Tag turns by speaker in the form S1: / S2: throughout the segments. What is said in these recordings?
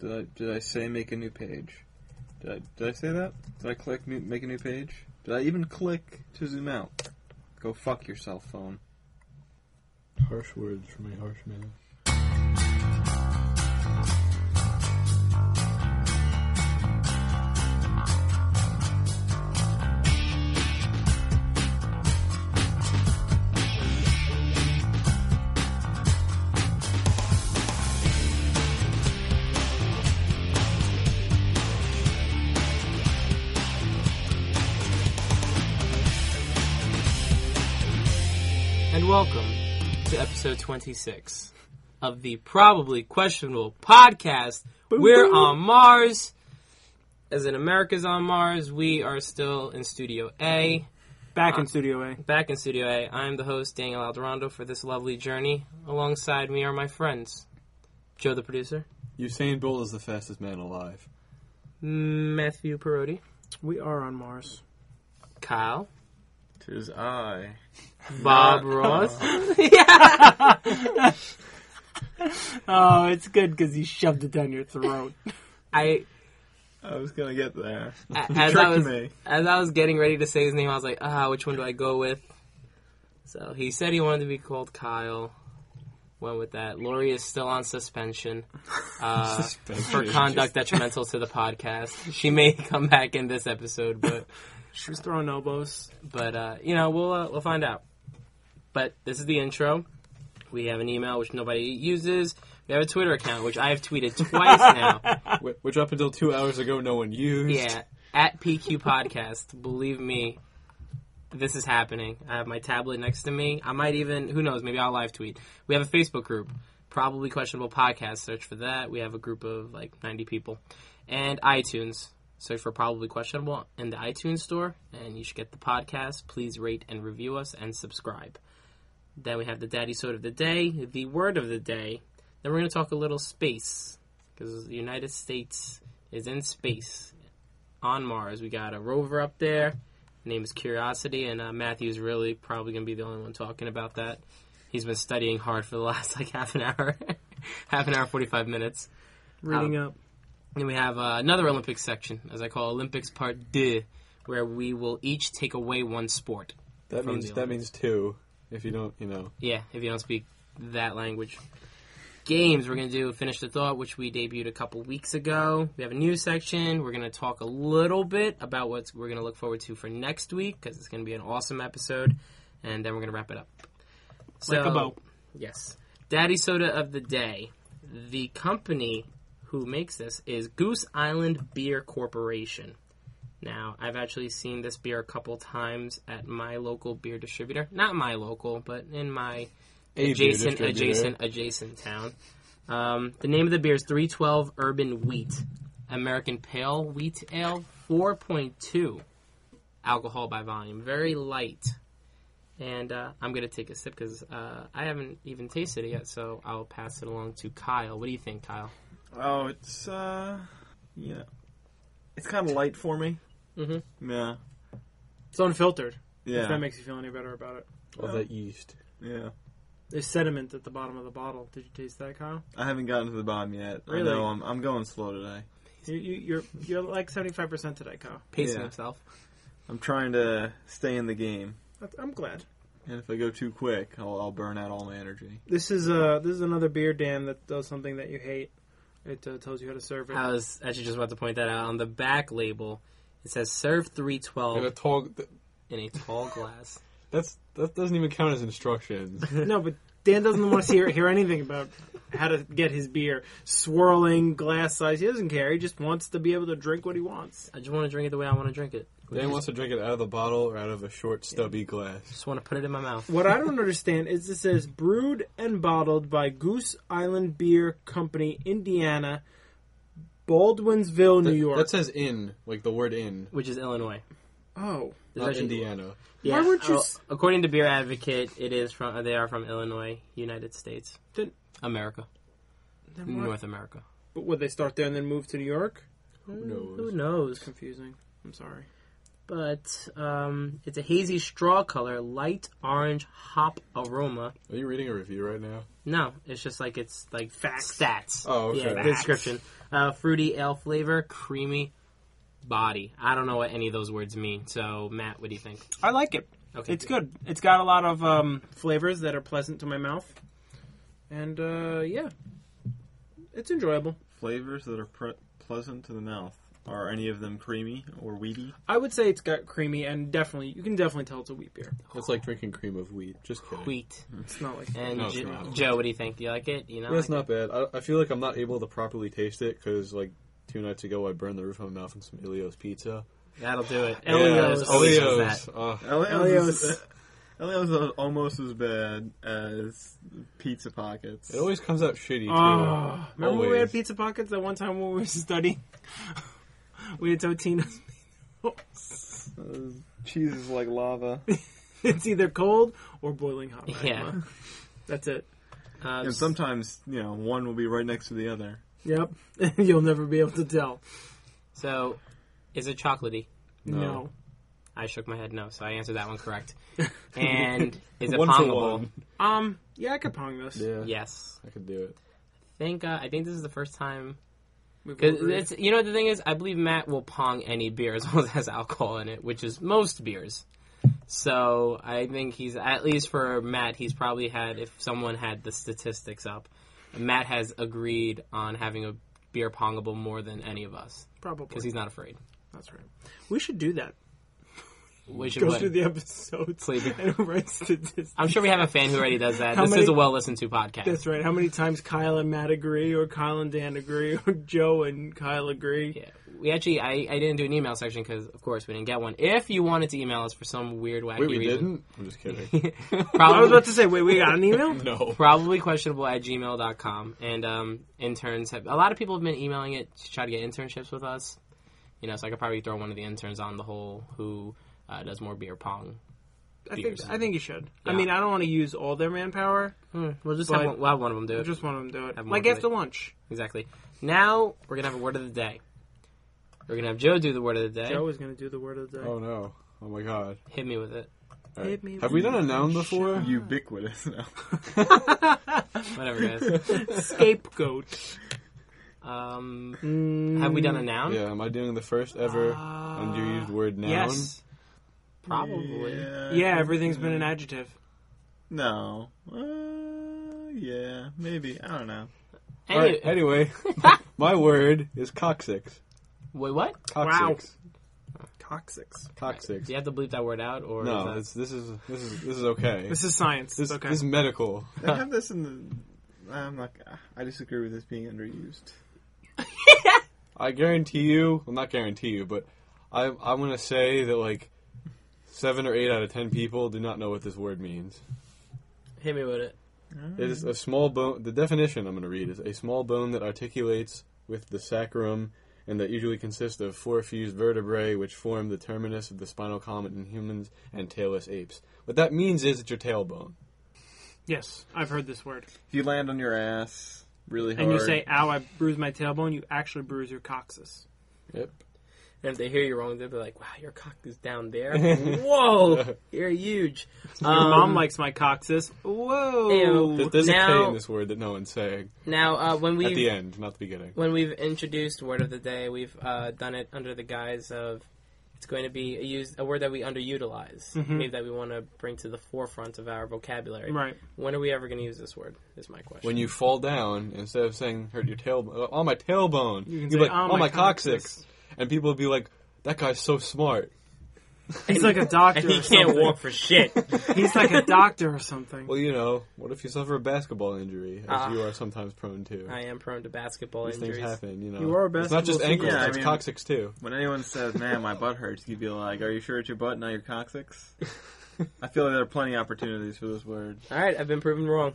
S1: Did I did I say make a new page? Did I, did I say that? Did I click new, make a new page? Did I even click to zoom out? Go fuck yourself, phone.
S2: Harsh words from a harsh man.
S3: and welcome to episode 26 of the probably questionable podcast. We're on Mars. As in America's on Mars, we are still in Studio A. Uh,
S4: Back in Studio A.
S3: Back in Studio A, I am the host, Daniel Alderondo, for this lovely journey. Alongside me are my friends Joe, the producer,
S2: Usain Bolt is the fastest man alive.
S3: Matthew Perotti,
S4: We are on Mars.
S3: Kyle,
S1: Tis I.
S3: Bob Ross. yeah.
S4: Oh, it's good because he shoved it down your throat.
S3: I,
S1: I was gonna get there.
S3: a-
S1: You
S3: as I
S1: tricked
S3: was
S1: me.
S3: as I was getting ready to say his name, I was like, ah, which one do I go with? So he said he wanted to be called Kyle. Went with that. Lori is still on suspension uh, for
S2: Suspension.
S3: conduct detrimental to the podcast. She may come back in this episode, but
S4: She was throwing elbows.
S3: but uh, you know we'll uh, we'll find out. But this is the intro. We have an email which nobody uses. We have a Twitter account which I have tweeted twice now.
S2: Wh- Which up until two hours ago, no one used.
S3: Yeah, at PQ Podcast. Believe me, this is happening. I have my tablet next to me. I might even, who knows, maybe I'll live tweet. We have a Facebook group, probably questionable podcast. Search for that. We have a group of like 90 people, and iTunes. Search for probably questionable in the iTunes store, and you should get the podcast. Please rate and review us and subscribe. Then we have the daddy soda of the day, the word of the day. Then we're going to talk a little space because the United States is in space on Mars. We got a rover up there. His name is Curiosity, and uh, Matthew's really probably going to be the only one talking about that. He's been studying hard for the last like half an hour, half an hour, forty five minutes.
S4: Reading up.
S3: Then we have uh, another Olympics section, as I call Olympics Part Deux, where we will each take away one sport.
S2: That
S3: From
S2: means
S3: the
S2: that
S3: old.
S2: means two. If you don't, you know.
S3: Yeah, if you don't speak that language. Games, we're going to do Finish the Thought, which we debuted a couple weeks ago. We have a news section. We're going to talk a little bit about what we're going to look forward to for next week because it's going to be an awesome episode. And then we're going to wrap it up. So,
S4: Like a bow.
S3: Yes. Daddy Soda of the Day. The company who makes this is Goose Island Beer Corporation. Now, I've actually seen this beer a couple times at my local beer distributor. Not my local, but in my
S2: A
S3: adjacent,
S2: beer distributor.
S3: adjacent, adjacent town. Um, the name of the beer is 312 Urban Wheat, American Pale Wheat Ale, 4.2 alcohol by volume, very light. And uh, I'm going to take a sip because uh, I haven't even tasted it yet, so I'll pass it along to Kyle. What do you think, Kyle?
S1: Oh, it's uh, yeah. It's kind of light for me.
S3: Mhm.
S1: Yeah.
S4: Mm-hmm. It's unfiltered. If
S1: Yeah.
S4: that makes you feel any better about it.
S2: All that yeast.
S1: yeah.
S4: There's sediment at the bottom of the bottle. Did you taste that, Kyle?
S1: I haven't gotten to the bottom yet.
S4: Really?
S1: I know I'm, I'm going slow today.
S4: You, you, you're you're like 75% today, Kyle.
S3: Pacing
S1: Yeah.
S3: himself.
S1: I'm trying to stay in the game.
S4: That's- I'm glad.
S1: And if I go too quick, I'll, I'll burn out all my energy.
S4: This is uh this is another beer Dan that does something that you hate. It uh, tells you how to serve it.
S3: I was actually just about to point that out. On the back label, it says serve
S2: And a
S3: 312
S2: tall. th-
S3: in a tall glass.
S2: That's that doesn't even count as instructions.
S4: No, but Dan doesn't want to hear, hear anything about how to get his beer swirling glass size. He doesn't care. He just wants to be able to drink what he wants.
S3: I just want to drink it the way I want to drink it.
S2: Dan wants to drink it out of the bottle or out of a short, stubby glass.
S3: Just want to put it in my mouth.
S4: What I don't understand is this says brewed and bottled by Goose Island Beer Company, Indiana, Baldwinsville, New
S2: That-
S4: York.
S2: That says in, like the word in,
S3: Which is Illinois.
S4: oh,
S3: There's
S2: not
S3: actually-
S2: Indiana.
S3: Yeah,
S4: Why weren't you
S3: well,
S4: s-
S3: according to Beer Advocate, it is from they are from Illinois, United States,
S4: Then-
S3: America,
S4: then what?
S3: North America. Mm,
S4: But would they start there and then move to New York?
S2: knows?
S3: Who knows?
S4: Confusing. I'm sorry.
S3: but um, it's a hazy straw color, light orange hop aroma.
S2: Are you reading a review right now?
S3: No, it's just like it's like
S4: Facts.
S3: stats.
S2: Oh, okay.
S3: yeah, the
S2: Facts.
S3: description. Uh, fruity ale flavor, creamy body. I don't know what any of those words mean. So Matt, what do you think?
S4: I like it.
S3: Okay,
S4: It's good. It's got a lot of um, flavors that are pleasant to my mouth, and uh, yeah, it's enjoyable.
S1: Flavors that are pre- pleasant to the mouth. Are any of them creamy or weedy?
S4: I would say it's got creamy and definitely you can definitely tell it's a wheat beer.
S2: It's like drinking cream of wheat. Just kidding.
S3: Wheat
S4: It's not like
S2: Mm-hmm.
S3: and
S2: No, it's
S3: Jo-
S2: not.
S3: Joe, what do you think? Do you like it? You know,
S2: Yeah, it's not bad. I, I feel like I'm not able to properly taste it because like two nights ago I burned the roof of my mouth on some Elio's pizza.
S3: that'll do it.
S4: Elio's.
S3: Elio's always does
S2: Elio's.
S3: that.
S2: Ugh.
S1: Elio's Elio's is almost as bad as Pizza Pockets.
S2: it always comes out shitty too.
S4: Oh, remember when we had
S2: Always.
S4: pizza pockets that one time when we were studying? we had Totino's.
S1: Uh, cheese is like lava.
S4: It's either cold or boiling hot. magma.
S3: Yeah.
S4: That's it.
S3: Um,
S1: and sometimes, you know, one will be right next to the other.
S4: Yep. You'll never be able to tell.
S3: so, is it chocolatey?
S4: No.
S2: No.
S3: I shook my head no, so I answered that one correct. And is it
S2: One for
S3: pongable?
S2: one.
S4: Um, yeah, I could pong this.
S2: Yeah.
S3: Yes.
S2: I could do it.
S3: I think uh, I think this is the first time
S4: We've
S3: Cause
S4: ordered it.
S3: it's, you know what the thing is, I believe Matt will pong any beer as long as it has alcohol in it, which is most beers. So I think he's at least for Matt, he's probably had if someone had the statistics up, Matt has agreed on having a beer pongable more than any of us
S4: Probably.
S3: because he's not afraid.
S4: That's right. We should do that.
S3: We should
S4: Go
S3: win.
S4: through the episodes
S3: Please.
S4: and write statistics.
S3: I'm sure we have a fan who already does that.
S4: How
S3: this is a
S4: many-
S3: well listened to podcast.
S4: That's right. How many times Kyle and Matt agree, or Kyle and Dan agree, or Joe and Kyle agree?
S3: Yeah. We actually, I, I didn't do an email section because, of course, we didn't get one. If you wanted to email us for some weird, wacky
S2: Wait, we
S3: reason,
S2: didn't. I'm just kidding.
S4: I was
S3: probably,
S4: about to say, wait, we got an email?
S2: no.
S3: probably questionable at gmail.com. And um, interns have, a lot of people have been emailing it to try to get internships with us. You know, so I could probably throw one of the interns on the whole who uh, does more beer pong.
S4: I think
S3: Beers.
S4: I think you should. I
S3: Yeah.
S4: mean, I don't want to use all their manpower.
S3: Hmm, We'll just
S4: have
S3: have
S4: one-
S3: one, we'll have one of them do
S4: I
S3: it.
S4: just want them to do it.
S3: Have
S4: Like
S3: more
S4: after lunch.
S3: Exactly. Now we're going to have a word of the day. We're going to have Joe do the word of the day.
S4: Joe is going to do the word of the day.
S2: Oh no. Oh my god.
S3: Hit me with it.
S2: All right.
S4: Hit me
S2: Have we
S4: with
S2: done a
S4: a
S2: noun before?
S4: shot.
S1: Ubiquitous now.
S3: Whatever, guys.
S4: Scapegoat.
S3: um,
S4: Mm,
S3: have we done a noun?
S2: Yeah. Am I doing the first ever
S4: Uh,
S2: underused word noun?
S4: Yes.
S3: Probably.
S4: Yeah, everything's been an adjective.
S1: No. Uh, yeah, maybe. I don't know.
S2: All right.
S3: Any-
S2: Anyway, my word is coccyx.
S3: Wait, what?
S2: Coccyx.
S4: Coccyx.
S2: Coccyx.
S3: Do you have to bleep that word out, or
S2: No,
S3: is
S2: this, this is this is this is okay.
S4: This is science.
S2: This,
S4: okay.
S2: this is medical.
S1: They have this in the. I'm like, I disagree with this being underused.
S2: I guarantee you, well, not guarantee you, but I I'm gonna say that like seven or eight out of ten people do not know what this word means.
S3: that, hit me with it?
S2: It is a small bone. The definition I'm gonna read is a small bone that articulates with the sacrum and that usually consists of four fused vertebrae which form the terminus of the spinal column in humans and tailless apes. What that means is it's your tailbone.
S4: yes, I've heard this word.
S1: If you land on your ass really hard.
S4: And you say, ow, I bruised my tailbone, you actually bruise your coccyx.
S2: Yep.
S3: And if they hear you wrong, they'll be like, "Wow, your cock is down there. Whoa, you're huge." Um,
S4: Your mom likes my coccyx. Whoa.
S3: Ew.
S2: There- There's a K
S3: Now-
S2: in this word that no one's saying.
S3: now uh, when
S2: At the
S3: we
S2: end, not the beginning.
S3: when we've introduced word of the day, we've uh, done it under the guise of it's going to be a, use, a word that we underutilize, maybe that we want to bring to the forefront of our vocabulary.
S4: Mm-hmm. Right.
S3: When are we ever going to use this word? Is my question.
S2: When you fall down, instead of saying hurt your tailbone, on my tailbone,
S4: You
S2: you
S4: can
S2: would
S4: say,
S2: be like,
S4: "Oh,
S2: on
S4: my
S2: my, coccyx.
S4: coccyx.
S2: And people would be like, that guy's so smart.
S4: He's like a doctor.
S3: and he
S4: or
S3: can't
S4: something.
S3: walk for shit.
S4: He's like a doctor or something.
S2: Well, you know, what if you suffer a basketball injury, as
S3: Ah.
S2: you are sometimes prone to?
S3: I am prone to basketball
S2: These
S3: injuries.
S2: things happen, you know.
S4: You are a
S2: it's not just
S4: basketball
S2: ankles,
S1: player. Yeah, I
S2: it's
S1: mean-
S2: coccyx too.
S1: When anyone says, "Man, my butt hurts," you'd be like, "Are you sure it's your butt, not your coccyx?" I feel like there are plenty of opportunities for this word.
S3: All right, I've been proven wrong,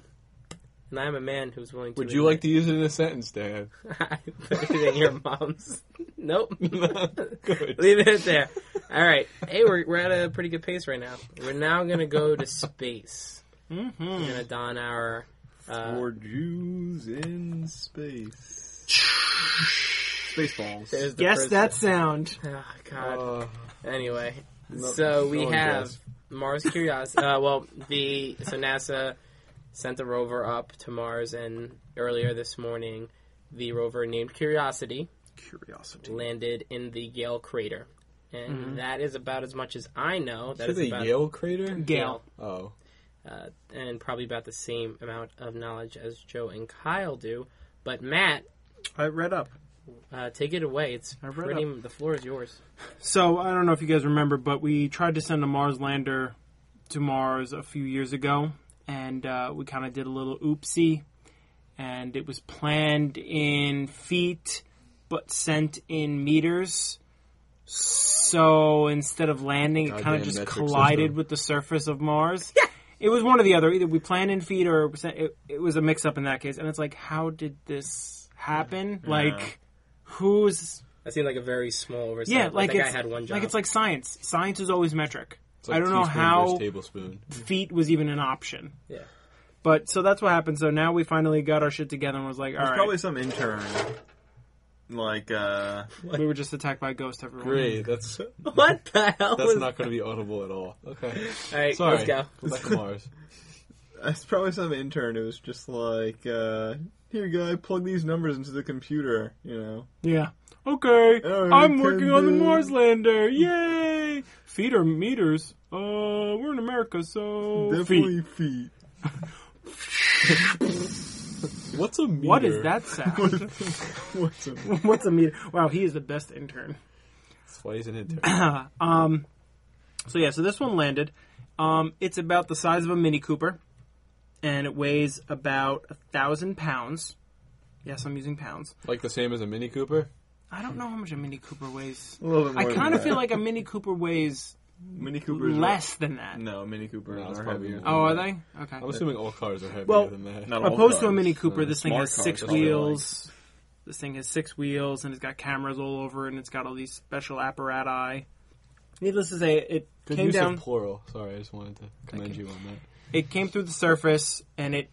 S3: and I am a man who's willing to.
S2: Would you like to use it in a sentence, Dan?
S3: Everything your mom's. Nope.
S2: Good.
S3: Leave it there. All right. Hey, we're, we're at a pretty good pace right now. We're now gonna go to space.
S4: Mm-hmm.
S3: We're gonna don our. Uh,
S1: For Jews in space. Spaceballs.
S3: There's the
S4: Guess
S3: first-
S4: that sound.
S3: Oh, God.
S2: Uh,
S3: anyway,
S2: no-
S3: so we
S2: no one
S3: have
S2: guessed.
S3: Mars Curiosity. uh, well, the so NASA sent a rover up to Mars, and earlier this morning, the rover named Curiosity
S1: Curiosity.
S3: landed in the Gale crater, and that is about as much as I know. That
S2: Is
S3: is
S2: it
S3: about
S2: a Yale crater?
S3: Gale,
S2: Oh,
S3: uh, and probably about the same amount of knowledge as Joe and Kyle do. But Matt,
S4: I read up.
S3: uh, take it away. It's
S4: I've read
S3: pretty. The floor is yours.
S4: So I don't know if you guys remember, but we tried to send a Mars lander to Mars a few years ago, and uh, we kind of did a little oopsie, and it was planned in feet but sent in meters. So instead of landing, it kind
S2: Goddamn
S4: of just
S2: metric
S4: collided
S2: system.
S4: with the surface of Mars. Yeah. It was one or the other. Either we planned in feet or it, was- it, it was a mix up in that case. And it's like, how did this happen? Like, who's
S3: That seemed like a very small oversight.
S4: yeah, like
S3: that guy
S4: it's
S3: had one job.
S4: like it's like science. Science is always metric.
S2: it's like
S4: I don't know
S2: teaspoon versus
S4: how
S2: tablespoon.
S4: feet was even an option,
S3: yeah.
S4: but so that's what happened. So now we finally got our shit together and was like, all
S1: There's
S4: right,
S1: probably some intern. Like, uh.
S4: we were just attacked by a ghost. Everyone,
S2: Great. That's
S3: What the hell
S2: that's
S3: was?
S2: not going to be audible at all. Okay.
S3: All right,
S2: Sorry.
S3: let's go.
S2: back to Mars.
S1: It's probably some intern who was just like, uh. Here, guy, plug these numbers into the computer, you know.
S4: yeah, okay,
S1: All right,
S4: I'm working on the
S1: Captain.
S4: Mars lander, yay! Feet are meters. Uh, we're in America, so
S1: Definitely
S4: feet.
S1: feet.
S2: What's a meter?
S4: What is that sound?
S1: What's a
S4: What's a meter? Wow, he is the best intern.
S2: That's why he's an intern.
S4: So yeah, so this one landed. Um, it's about the size of a Mini Cooper, and it weighs about a thousand pounds. Yes, I'm using pounds.
S2: like the same as a Mini Cooper.
S4: I don't know how much a Mini Cooper weighs.
S1: A little bit
S4: I
S1: more
S4: kind of
S1: than
S4: feel
S1: that.
S4: like a Mini Cooper weighs
S1: Mini Coopers. are-
S4: less than that.
S1: No, Mini Coopers
S2: No, it's
S1: are
S2: probably
S1: heavier.
S2: more.
S4: Oh, are they? Okay.
S2: I'm assuming all cars are heavier
S4: Well,
S2: than that.
S1: not all
S4: Opposed to a
S1: cars.
S4: Mini Cooper,
S2: uh,
S4: this thing
S1: smart
S4: has
S1: cars,
S4: six
S1: probably
S4: wheels. This thing has six wheels, and it's got cameras all over, it, and it's got all these special apparati. Needless to say, it
S2: Good
S4: came
S2: use
S4: down.
S2: of plural. Sorry, I just wanted to commend you. on that.
S4: it came through the surface and it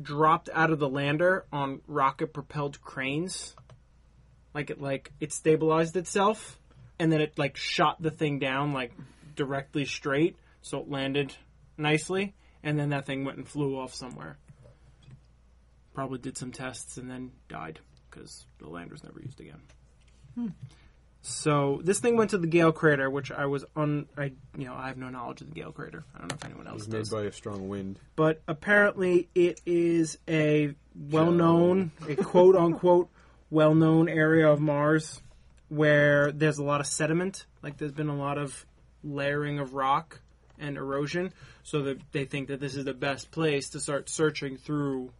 S4: dropped out of the lander on rocket propelled cranes like it like it stabilized itself and then it like shot the thing down like directly straight so it landed nicely and then that thing went and flew off somewhere probably did some tests and then died because the lander was never used again so this thing went to the Gale crater which i was on i you know i have no knowledge of the Gale crater i don't know if anyone else
S2: It's
S4: does
S2: made by a strong wind.
S4: but apparently it is a well-known, a quote-unquote well-known area of Mars where there's a lot of sediment. Like there's been a lot of layering of rock and erosion, so that they think that this is the best place to start searching through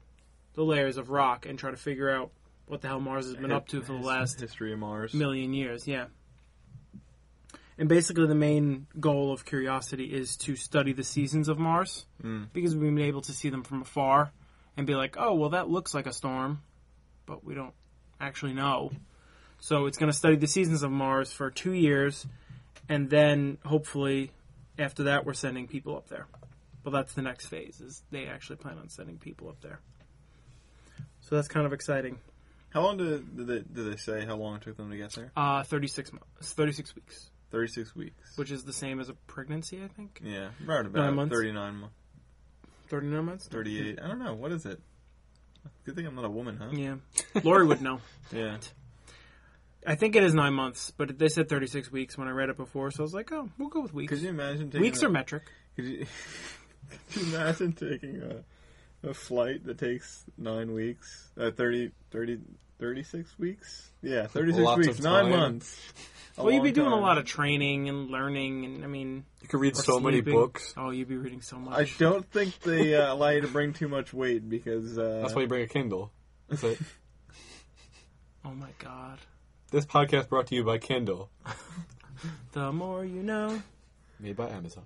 S4: the layers of rock and try to figure out what the hell Mars has been up to for the
S1: His-
S4: last
S1: history of Mars.
S4: million years, yeah. And basically, the main goal of Curiosity is to study the seasons of Mars because we've been able to see them from afar and be like, oh, well, that looks like a storm, but we don't actually know. So it's going to study the seasons of Mars for two years, and then hopefully, after that, we're sending people up there. But that's the next phase is they actually plan on sending people up there. So that's kind of exciting.
S1: How long did, did, they, did they say how long it took them to get there?
S4: Uh, 36 months, 36 weeks.
S1: 36 weeks.
S4: which is the same as a pregnancy, I think.
S1: yeah, right about
S4: Nine months?
S1: 39 months.
S4: 39 months?
S1: 38. I don't know. What is it? Good thing I'm not a woman, huh?
S4: Yeah. Lori would know.
S1: Yeah.
S4: I think it is nine months, but they said 36 weeks when I read it before, so I was like, oh, we'll go with
S1: Could
S4: weeks.
S1: you imagine taking
S4: Weeks
S1: a,
S4: are metric.
S1: could you, could you imagine taking a, a flight that takes nine weeks, uh, 30, 30, 36 weeks? Yeah, 36
S2: Lots of
S1: weeks, nine
S2: time.
S1: months. A
S4: Well, you'd be
S1: long
S4: doing a
S1: time.
S4: lot of training and learning, and I mean,
S2: You could read
S4: or
S2: so many
S4: sleeping.
S2: books.
S4: Oh, you'd be reading so
S1: I
S4: much.
S1: don't think they uh, allow you to bring too much weight because uh,
S2: That's why you bring a Kindle. That's it.
S4: oh my god.
S2: this podcast brought to you by Kindle,
S4: The more you know.
S2: made by Amazon.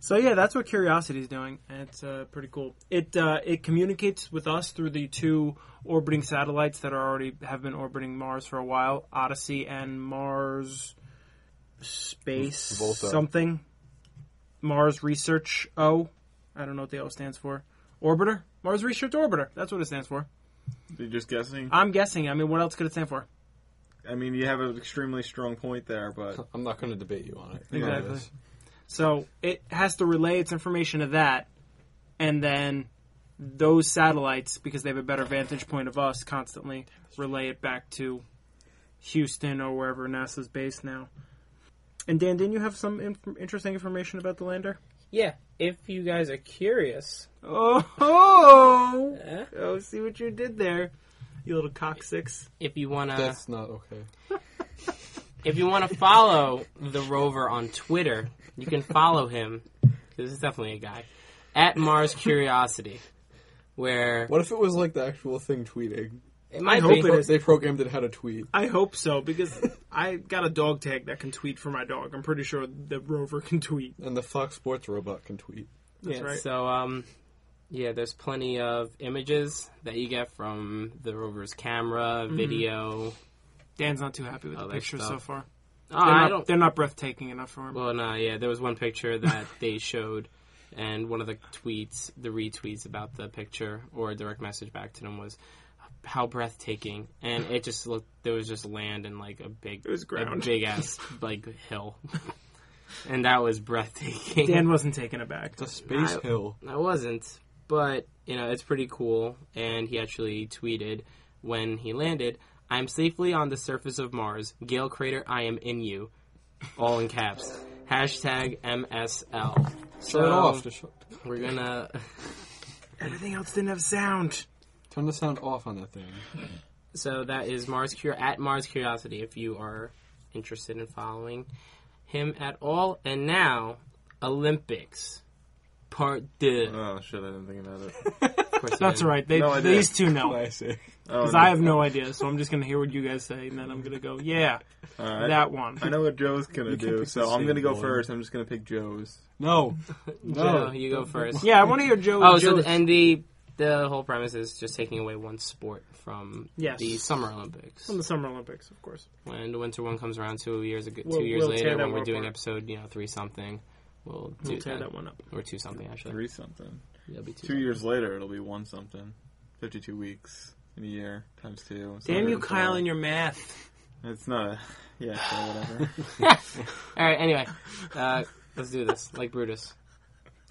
S4: So yeah, that's what Curiosity's doing, and it's uh, pretty cool. It uh, it communicates with us through the two orbiting satellites that are already have been orbiting Mars for a while, Odyssey and Mars Space
S2: Volta.
S4: something. Mars Research O, I don't know what the O stands for. Orbiter, Mars Research Orbiter. That's what it stands for.
S1: You're just guessing.
S4: I'm guessing. I mean, what else could it stand for?
S1: I mean, you have an extremely strong point there, but
S2: I'm not going to debate you on it.
S4: Exactly. So it has to relay its information to that, and then those satellites, because they have a better vantage point of us, constantly relay it back to Houston or wherever NASA's based now. And Dan, didn't you have some inf- interesting information about the lander?
S3: Yeah, if you guys are curious,
S4: Oh, oh,
S3: eh,
S4: oh! See what you did there, you little coccyx.
S3: if you
S4: Uh,
S3: wanna,
S2: That's not okay.
S3: if you wanna follow the rover on Twitter, you can follow him because it's definitely a guy at Mars Curiosity, where
S2: What if it was like the actual thing tweeting?
S3: it might
S4: hope
S3: be.
S4: it is.
S2: They programmed it how to tweet.
S4: I hope so because I got a dog tag that can tweet for my dog. I'm pretty sure the rover can tweet.
S2: And the Fox Sports robot can tweet.
S4: That's
S3: yeah,
S4: right.
S3: So, um, yeah, there's plenty of images that you get from the rover's camera,
S4: Mm-hmm.
S3: video.
S4: Dan's not too happy with the
S3: Other
S4: pictures so
S3: stuff.
S4: far.
S3: Oh,
S4: They're,
S3: I
S4: not,
S3: don't.
S4: they're not breathtaking enough for him.
S3: Well, no, yeah, there was one picture that they showed, and one of the tweets, the retweets about the picture or a direct message back to them was how breathtaking, and it just looked. There was just land and like a big,
S4: It was
S3: a
S4: ground.
S3: big ass like hill, and that was breathtaking.
S4: Dan wasn't taken aback.
S2: It's a space
S3: I-
S2: hill.
S3: I wasn't, but you know, it's pretty cool. And he actually tweeted when he landed, "I'm safely on the surface of Mars, Gale Crater. I am in you," all in caps. Hashtag MSL.
S2: Turn it
S4: Oh.
S2: off. Just sh-
S3: We're gonna.
S4: Everything else didn't have sound.
S2: turn the sound off on that thing.
S3: So that is Mars Cure at Mars Curiosity. If you are interested in following him at all, and now Olympics part two.
S1: oh shit, I didn't think about it.
S3: Of course you
S4: That's
S3: didn't.
S4: all right. They,
S1: No idea.
S4: these two know.
S2: see.
S1: Oh,
S4: Because I have no idea, so I'm just going to hear what you guys say, and then I'm going to go, yeah,
S1: all right.
S4: that one.
S1: I know what Joe's gonna
S2: You can
S1: do,
S2: pick
S1: so
S2: the
S1: I'm gonna
S2: same
S1: go
S2: one.
S1: first. I'm just gonna pick Joe's.
S2: No. No.
S3: Joe, you go first.
S4: Yeah, I want to hear Joe.
S3: Oh, so
S4: Joe's-
S3: the, and the the whole premise is just taking away one sport from
S4: Yes.
S3: the Summer Olympics.
S4: from the Summer Olympics, of course.
S3: When the Winter one comes around two years ago,
S4: We'll-
S3: two years
S4: we'll tear
S3: later,
S4: that
S3: when we're
S4: one
S3: doing
S4: apart.
S3: episode you know three something, we'll do
S4: We'll tear
S3: that.
S4: that one up.
S3: or two something actually.
S1: Three something.
S3: It'll be two.
S1: Two years later, it'll be one something. Fifty-two weeks in a year times two. It's
S4: Damn you,
S1: 112.
S4: Kyle, and your math.
S1: It's not. A, yeah, so whatever.
S3: All right. Anyway, uh, let's do this like Brutus.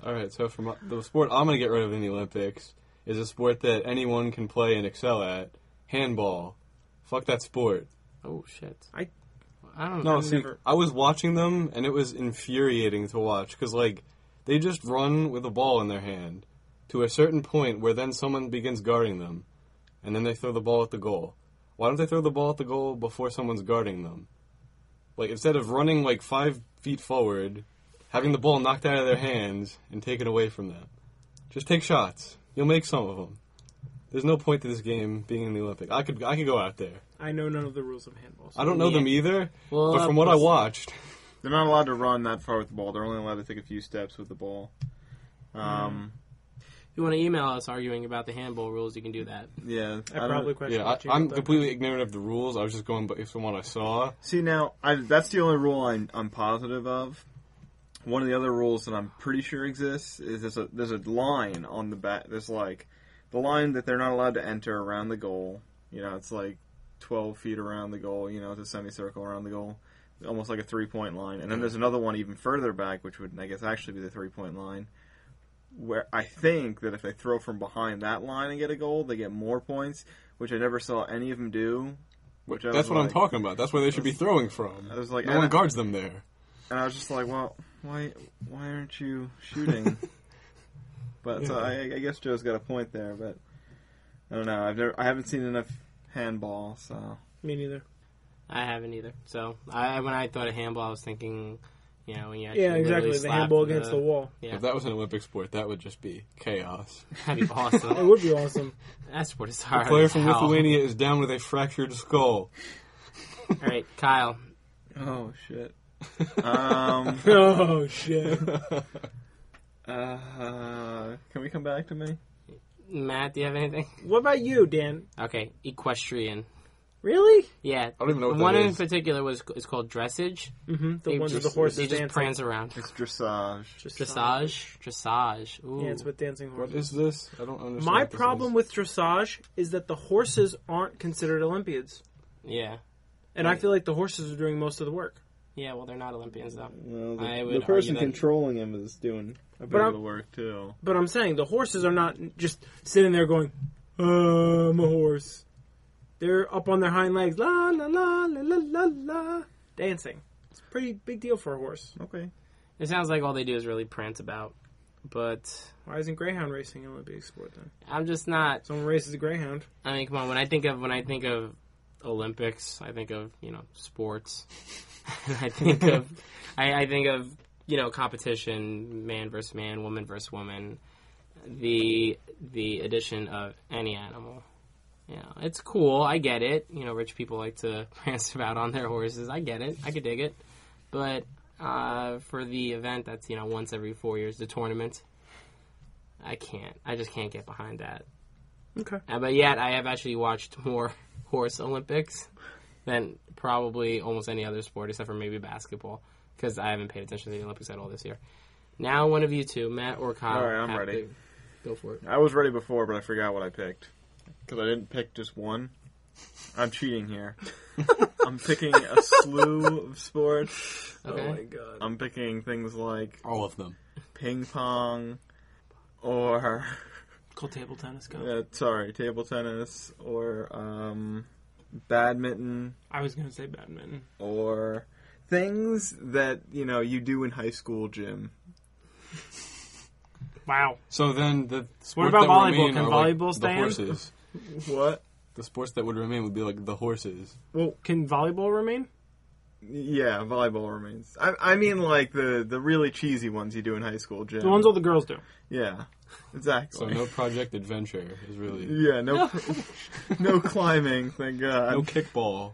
S2: All right. So from the sport I'm going to get rid of in the Olympics is a sport that anyone can play and excel at. Handball. Fuck that sport.
S3: Oh shit.
S4: I-
S3: I don't
S2: No,
S3: know.
S2: see,
S4: never-
S2: I was watching them and it was infuriating to watch because like they just run with a ball in their hand to a certain point where then someone begins guarding them, and then they throw the ball at the goal. Why don't they throw the ball at the goal before someone's guarding them? Like instead of running like five feet forward, having the ball knocked out of their hands and taken away from them, just take shots. You'll make some of them. There's no point to this game being in the Olympic. I could I could go out there.
S4: I know none of the rules of handball. so-
S2: I don't know
S3: Yeah.
S2: them either,
S3: Well,
S2: but
S3: uh,
S2: from what I
S3: plus-
S2: watched,
S1: They're not allowed to run that far with the ball. They're only allowed to take a few steps with the ball. Um,
S3: If you want to email us arguing about the handball rules, you can do that.
S1: yeah,
S4: I
S1: don't-
S4: probably question
S2: Yeah,
S4: what
S2: I,
S4: you
S2: I'm
S4: did, though.
S2: completely ignorant of the rules. I was just going based on what I saw.
S1: See now, I, that's the only rule I'm, I'm positive of. One of the other rules that I'm pretty sure exists is there's a there's a line on the back. There's like the line that they're not allowed to enter around the goal. You know, it's like 12 feet around the goal. You know, it's a semicircle around the goal, almost like a three point line. And then there's another one even further back, which would I guess actually be the three point line. Where I think that if they throw from behind that line and get a goal, they get more points, which I never saw any of them do. Which I
S2: That's
S1: was
S2: what I'm
S1: like-
S2: talking about. That's where they should be throwing from.
S1: I was like,
S2: no
S1: and
S2: one
S1: I-
S2: guards them there.
S1: and I was just like, "Well, why, why aren't you shooting?" but so I, I guess Joe's got a point there, but I don't know. I've never, I haven't seen enough handball, so
S4: Me neither.
S3: I haven't either. So I, when I thought of handball, I was thinking, you know, when you actually
S4: Yeah, exactly.
S3: literally
S4: The
S3: slap
S4: handball against the wall.
S3: Yeah.
S2: If that was an Olympic sport, that would just be chaos.
S3: That'd be
S4: It
S3: awesome.
S4: would be awesome.
S3: that sport is
S2: A
S3: hard.
S2: player
S3: as
S2: from
S3: hell.
S2: Lithuania is down with a fractured skull.
S3: All right, Kyle.
S1: oh shit. um,
S4: oh shit!
S1: uh, can we come back to me?
S3: Matt, do you have anything?
S4: What about you, Dan?
S3: Okay, equestrian.
S4: Really?
S3: Yeah,
S2: I don't even know what
S3: one
S2: that
S3: in
S2: is.
S3: particular was is called dressage.
S4: Mm-hmm. The
S3: They
S4: ones with
S3: just-
S4: the
S3: They
S4: horses
S3: just
S4: dancing.
S3: prance around.
S1: It's dressage.
S3: Dressage, dressage. Ooh.
S4: Yeah, it's with dancing horses.
S2: What is this? I don't understand.
S4: My
S2: what this
S4: problem
S2: is.
S4: with dressage is that the horses aren't considered Olympians,
S3: yeah,
S4: and I feel like the horses are doing most of the work.
S3: yeah. Well, they're not Olympians though.
S1: Well,
S3: I
S1: the,
S3: would
S1: the person
S3: argue that-
S1: controlling him is doing a bit
S4: But
S1: of
S4: I'm-
S1: the work too.
S4: But I'm saying the horses are not just sitting there going, "Uh, "I'm a horse." They're up on their hind legs, la la la la la la la, dancing. It's a pretty big deal for a horse.
S1: Okay.
S3: It sounds like all they do is really prance about, but
S4: Why isn't greyhound racing an Olympic sport then?
S3: I'm just not.
S4: Someone races a greyhound.
S3: I mean, come on. When I think of when I think of Olympics, I think of you know sports. I think of I, I think of you know competition, man versus man, woman versus woman. The the addition of any animal. You know, it's cool. I get it. You know, rich people like to prance about on their horses. I get it. I could dig it. But uh, for the event that's you know once every four years, the tournament. I can't. I just can't get behind that.
S4: Okay.
S3: Uh, but yet, I have actually watched more horse Olympics than probably almost any other sport, except for maybe basketball, because I haven't paid attention to the Olympics at all this year. Now, one of you two, Matt or Kyle,
S1: All right, I'm
S3: have
S1: ready.
S3: to go for it.
S1: I was ready before, but I forgot what I picked because I didn't pick just one. I'm cheating here. I'm picking a slew of sports.
S3: Okay.
S4: Oh god.
S1: I'm picking things like
S2: all of them.
S1: ping pong, or
S4: Called table tennis. Go.
S1: uh, sorry, table tennis, or um, badminton,
S4: I was gonna say badminton.
S1: or things that you know you do in high school gym.
S4: Wow.
S2: So then the sport
S4: about
S2: that would
S4: volleyball?
S2: remain
S4: Can
S2: are, like,
S4: volleyball
S2: The
S4: stand?
S2: horses.
S1: What?
S2: The sports that would remain would be like the horses.
S4: Well, can volleyball remain?
S1: Yeah, volleyball remains. I, I mean, like the the really cheesy ones you do in high school gym.
S4: The ones all the girls do.
S1: Yeah, exactly.
S2: So no project adventure is really
S1: Yeah, no, no climbing. Thank God.
S2: no kickball.
S3: Oh,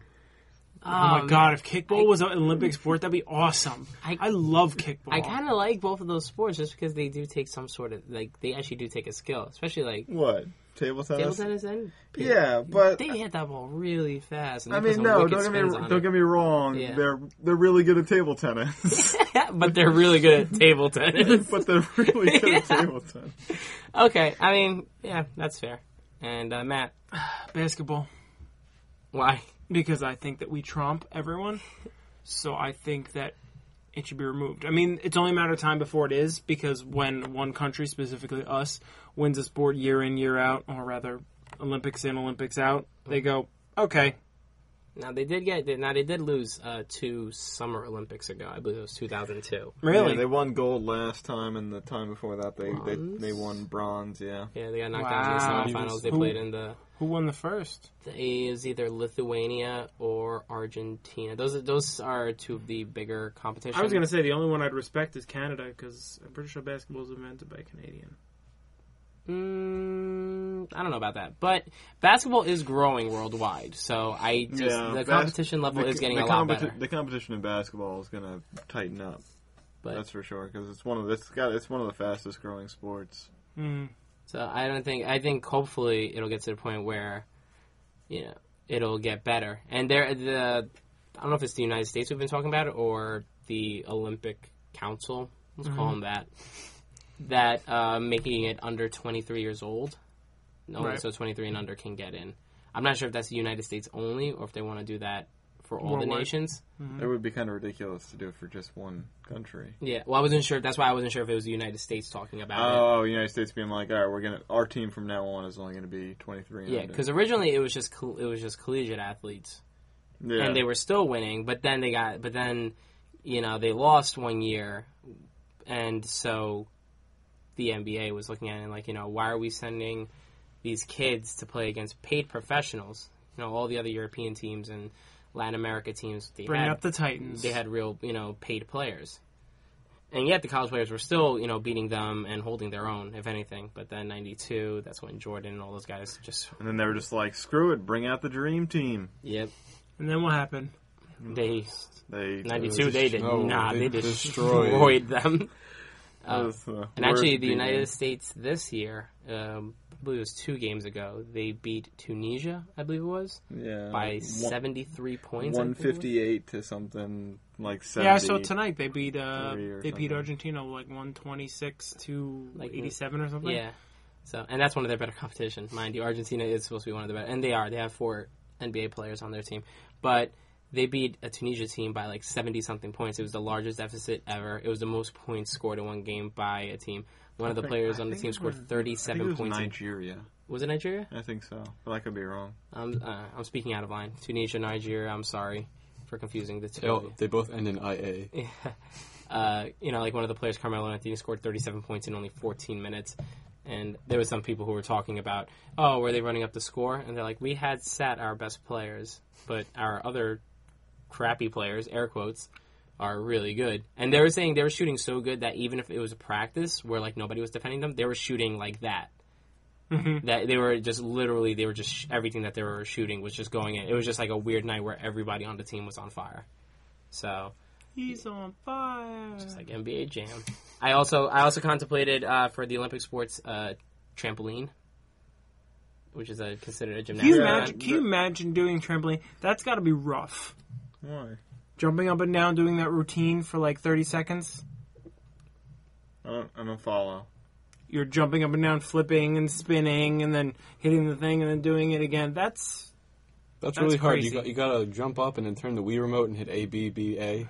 S4: Oh my god, if kickball was an Olympic sport, that'd be awesome. I,
S3: I-
S4: love kickball.
S3: I kind of like both of those sports just because they do take some sort of like they actually do take a skill, especially like
S1: What table
S3: table
S1: tennis?
S3: tennis. And
S1: Yeah, but
S3: they hit that ball really fast. And
S1: I
S3: they put
S1: mean,
S3: some
S1: no.
S3: wicked
S1: Don't get me
S3: spins on
S1: don't
S3: it.
S1: get me wrong.
S3: Yeah.
S1: They're they're really good at table tennis,
S3: but they're really good at table tennis.
S1: but they're really good at table tennis.
S3: okay, I mean, yeah, that's fair. And uh, Matt,
S4: basketball.
S3: why?
S4: because I think that we trump everyone. So I think that it should be removed. I mean, it's only a matter of time before it is because when one country, specifically us, wins a sport year in, year out, or rather Olympics in, Olympics out, they go, okay,
S3: Now they did get. Now they did lose uh, two Summer Olympics ago. I believe it was 2002.
S4: really?
S1: Yeah, they won gold last time, and the time before that they
S3: Bronze?
S1: they, they won bronze. Yeah,
S3: Yeah, they got knocked out in the
S4: Wow.
S3: semifinals. They
S4: Who-
S3: played in the.
S4: Who won the first?
S3: It was either Lithuania or Argentina. Those are, those are two of the bigger competitions.
S4: I was going to say the only one I'd respect is Canada because I'm pretty sure basketball is invented by a Canadian.
S3: Mm, I don't know about that, but basketball is growing worldwide. So I just
S1: Yeah,
S3: the
S1: bas-
S3: competition level is getting
S1: the
S3: a lot
S1: competi-
S3: better.
S1: The competition in basketball is gonna tighten up.
S3: But-
S1: that's for sure because it's one of it's got it's one of the fastest growing sports.
S4: Mm.
S3: So I don't think I think hopefully it'll get to the point where, you know, it'll get better. And there the I don't know if it's the United States we've been talking about or the Olympic Council. Let's call
S4: Mm-hmm.
S3: them that. That uh, making it under 23 years old. No,
S4: Right.
S3: so 23 and under can get in. I'm not sure if that's the United States only or if they want to do that for all the
S4: Worldwide.
S3: nations.
S1: It would be kind of ridiculous to do it for just one country.
S3: Yeah. Well, I wasn't sure. That's why I wasn't sure if it was the United States talking about it.
S1: Oh, United States being like, all right, we're gonna our team from now on is only gonna be twenty three.
S3: Yeah, because originally it was just col- it was just collegiate athletes.
S1: yeah,
S3: and they were still winning. But then they got, but then you know they lost one year, and so the NBA was looking at it like, you know, why are we sending these kids to play against paid professionals? You know, all the other European teams and Latin America teams they
S4: Bring
S3: had
S4: up the Titans.
S3: they had real you know paid players. And yet, the college players were still, you know, beating them and holding their own, if anything. But then '92, that's when Jordan and all those guys just,
S1: and then they were just like, screw it, bring out the dream team.
S3: yep,
S4: and then what happened?
S3: they
S1: They
S3: 92 they did
S2: No,
S3: not
S2: they
S3: they,
S2: destroyed.
S3: destroyed. them Uh,
S1: That is the
S3: And actually,
S1: worst
S3: the
S1: beating.
S3: United States this year, um, I believe it was two games ago, they beat Tunisia, I believe it was,
S1: yeah,
S3: by
S1: Uh, one-
S3: 73 points. I think it was.
S1: 158 to something like 70.
S4: Yeah, I saw tonight they beat uh,
S1: Three or
S4: they beat
S1: something.
S4: Argentina like one twenty six to
S3: Like,
S4: eighty seven or something.
S3: Yeah. So, and that's one of their better competition, mind you. Argentina is supposed to be one of the better, and they are. They have four NBA players on their team, but they beat a Tunisia team by like seventy something points. It was the largest deficit ever. It was the most points scored in one game by a team. One of the
S4: Okay,
S3: players
S1: I
S3: on the
S1: think
S3: team
S1: it
S3: scored
S1: was-
S3: thirty
S1: I think it
S3: seven
S1: was
S3: points. in-
S1: Nigeria.
S3: was it Nigeria?
S1: I think so, but I could be wrong.
S3: I'm uh, I'm speaking out of line. Tunisia, Nigeria. I'm sorry for confusing the two.
S2: They, all, they both end in IA.
S3: Yeah. Uh, you know, like one of the players, Carmelo Anthony, scored 37 points in only 14 minutes. And there was some people who were talking about, oh, were they running up the score? And they're like, we had sat our best players, but our other crappy players, air quotes, are really good. And they were saying they were shooting so good that even if it was a practice where like nobody was defending them, they were shooting like that. That they were just literally they were just sh- everything that they were shooting was just going in. It was just like a weird night where everybody on the team was on fire. So
S4: He's on fire.
S3: it's like NBA Jam. I also I also contemplated uh, for the Olympic sports uh, trampoline, which is a considered a
S4: Can you,
S1: Yeah.
S3: gymnastics.
S4: imagine,
S3: event.
S4: can you imagine doing trampoline? That's got to be rough.
S1: Why?
S4: Jumping up and down, doing that routine for like 30 seconds.
S1: I don't, I don't follow.
S4: You're jumping up and down, flipping and spinning, and then hitting the thing and then doing it again. That's
S2: That's,
S4: That's
S2: really hard.
S4: crazy.
S2: You got you gotta jump up and then turn the Wii remote and hit A B B A.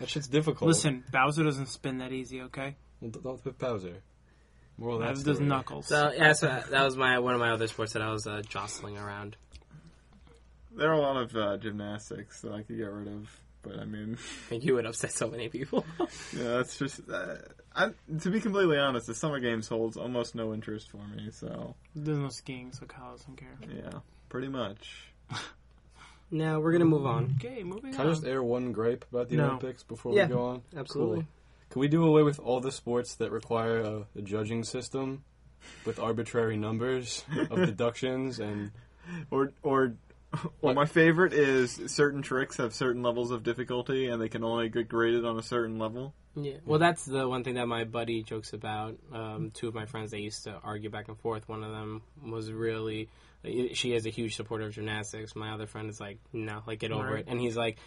S2: That shit's difficult.
S4: listen, Bowser doesn't spin that easy, okay?
S2: Well, d- don't put Bowser. More or
S4: That's
S2: less.
S4: does knuckles.
S3: so yeah, so that was my one of my other sports that I was uh, jostling around.
S1: There are a lot of uh, gymnastics that I could get rid of, but I mean,
S3: I think you would upset so many people.
S1: yeah, that's just. Uh, I, to be completely honest, the Summer Games holds almost no interest for me, so
S4: There's no skiing, so Kyle doesn't care.
S1: yeah, pretty much.
S3: now we're gonna move on.
S4: Okay, moving
S2: Can I
S4: on.
S2: just air one gripe about the
S4: No.
S2: Olympics before
S3: Yeah,
S2: we go on?
S3: absolutely.
S2: Cool. Can we do away with all the sports that require a, a judging system with arbitrary numbers of deductions and
S1: Or or. Well, my favorite is certain tricks have certain levels of difficulty, and they can only get graded on a certain level.
S3: Yeah. Well, that's the one thing that my buddy jokes about. Um, two of my friends, they used to argue back and forth. One of them was really, uh, she is a huge supporter of gymnastics. My other friend is like, no, like get over
S4: Right.
S3: it. And he's like,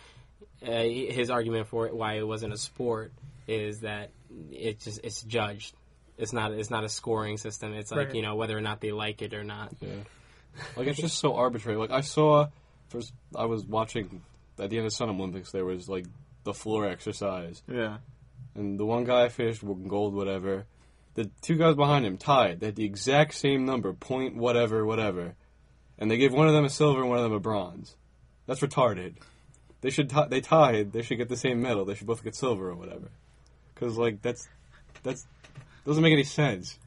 S3: uh, his argument for it, why it wasn't a sport is that it just it's judged. It's not it's not a scoring system. It's like
S4: Right.
S3: you know whether or not they like it or not.
S2: yeah. Like it's just so arbitrary. Like I saw first I was watching at the end of Sun Olympics there was like the floor exercise
S1: Yeah,
S2: and the one guy finished with gold whatever. The two guys behind him tied. They had the exact same number, point whatever, whatever. And they gave one of them a silver and one of them a bronze. That's retarded. They should ti they tied. They should get the same medal. They should both get silver or whatever. Cuz like that's that's doesn't make any sense.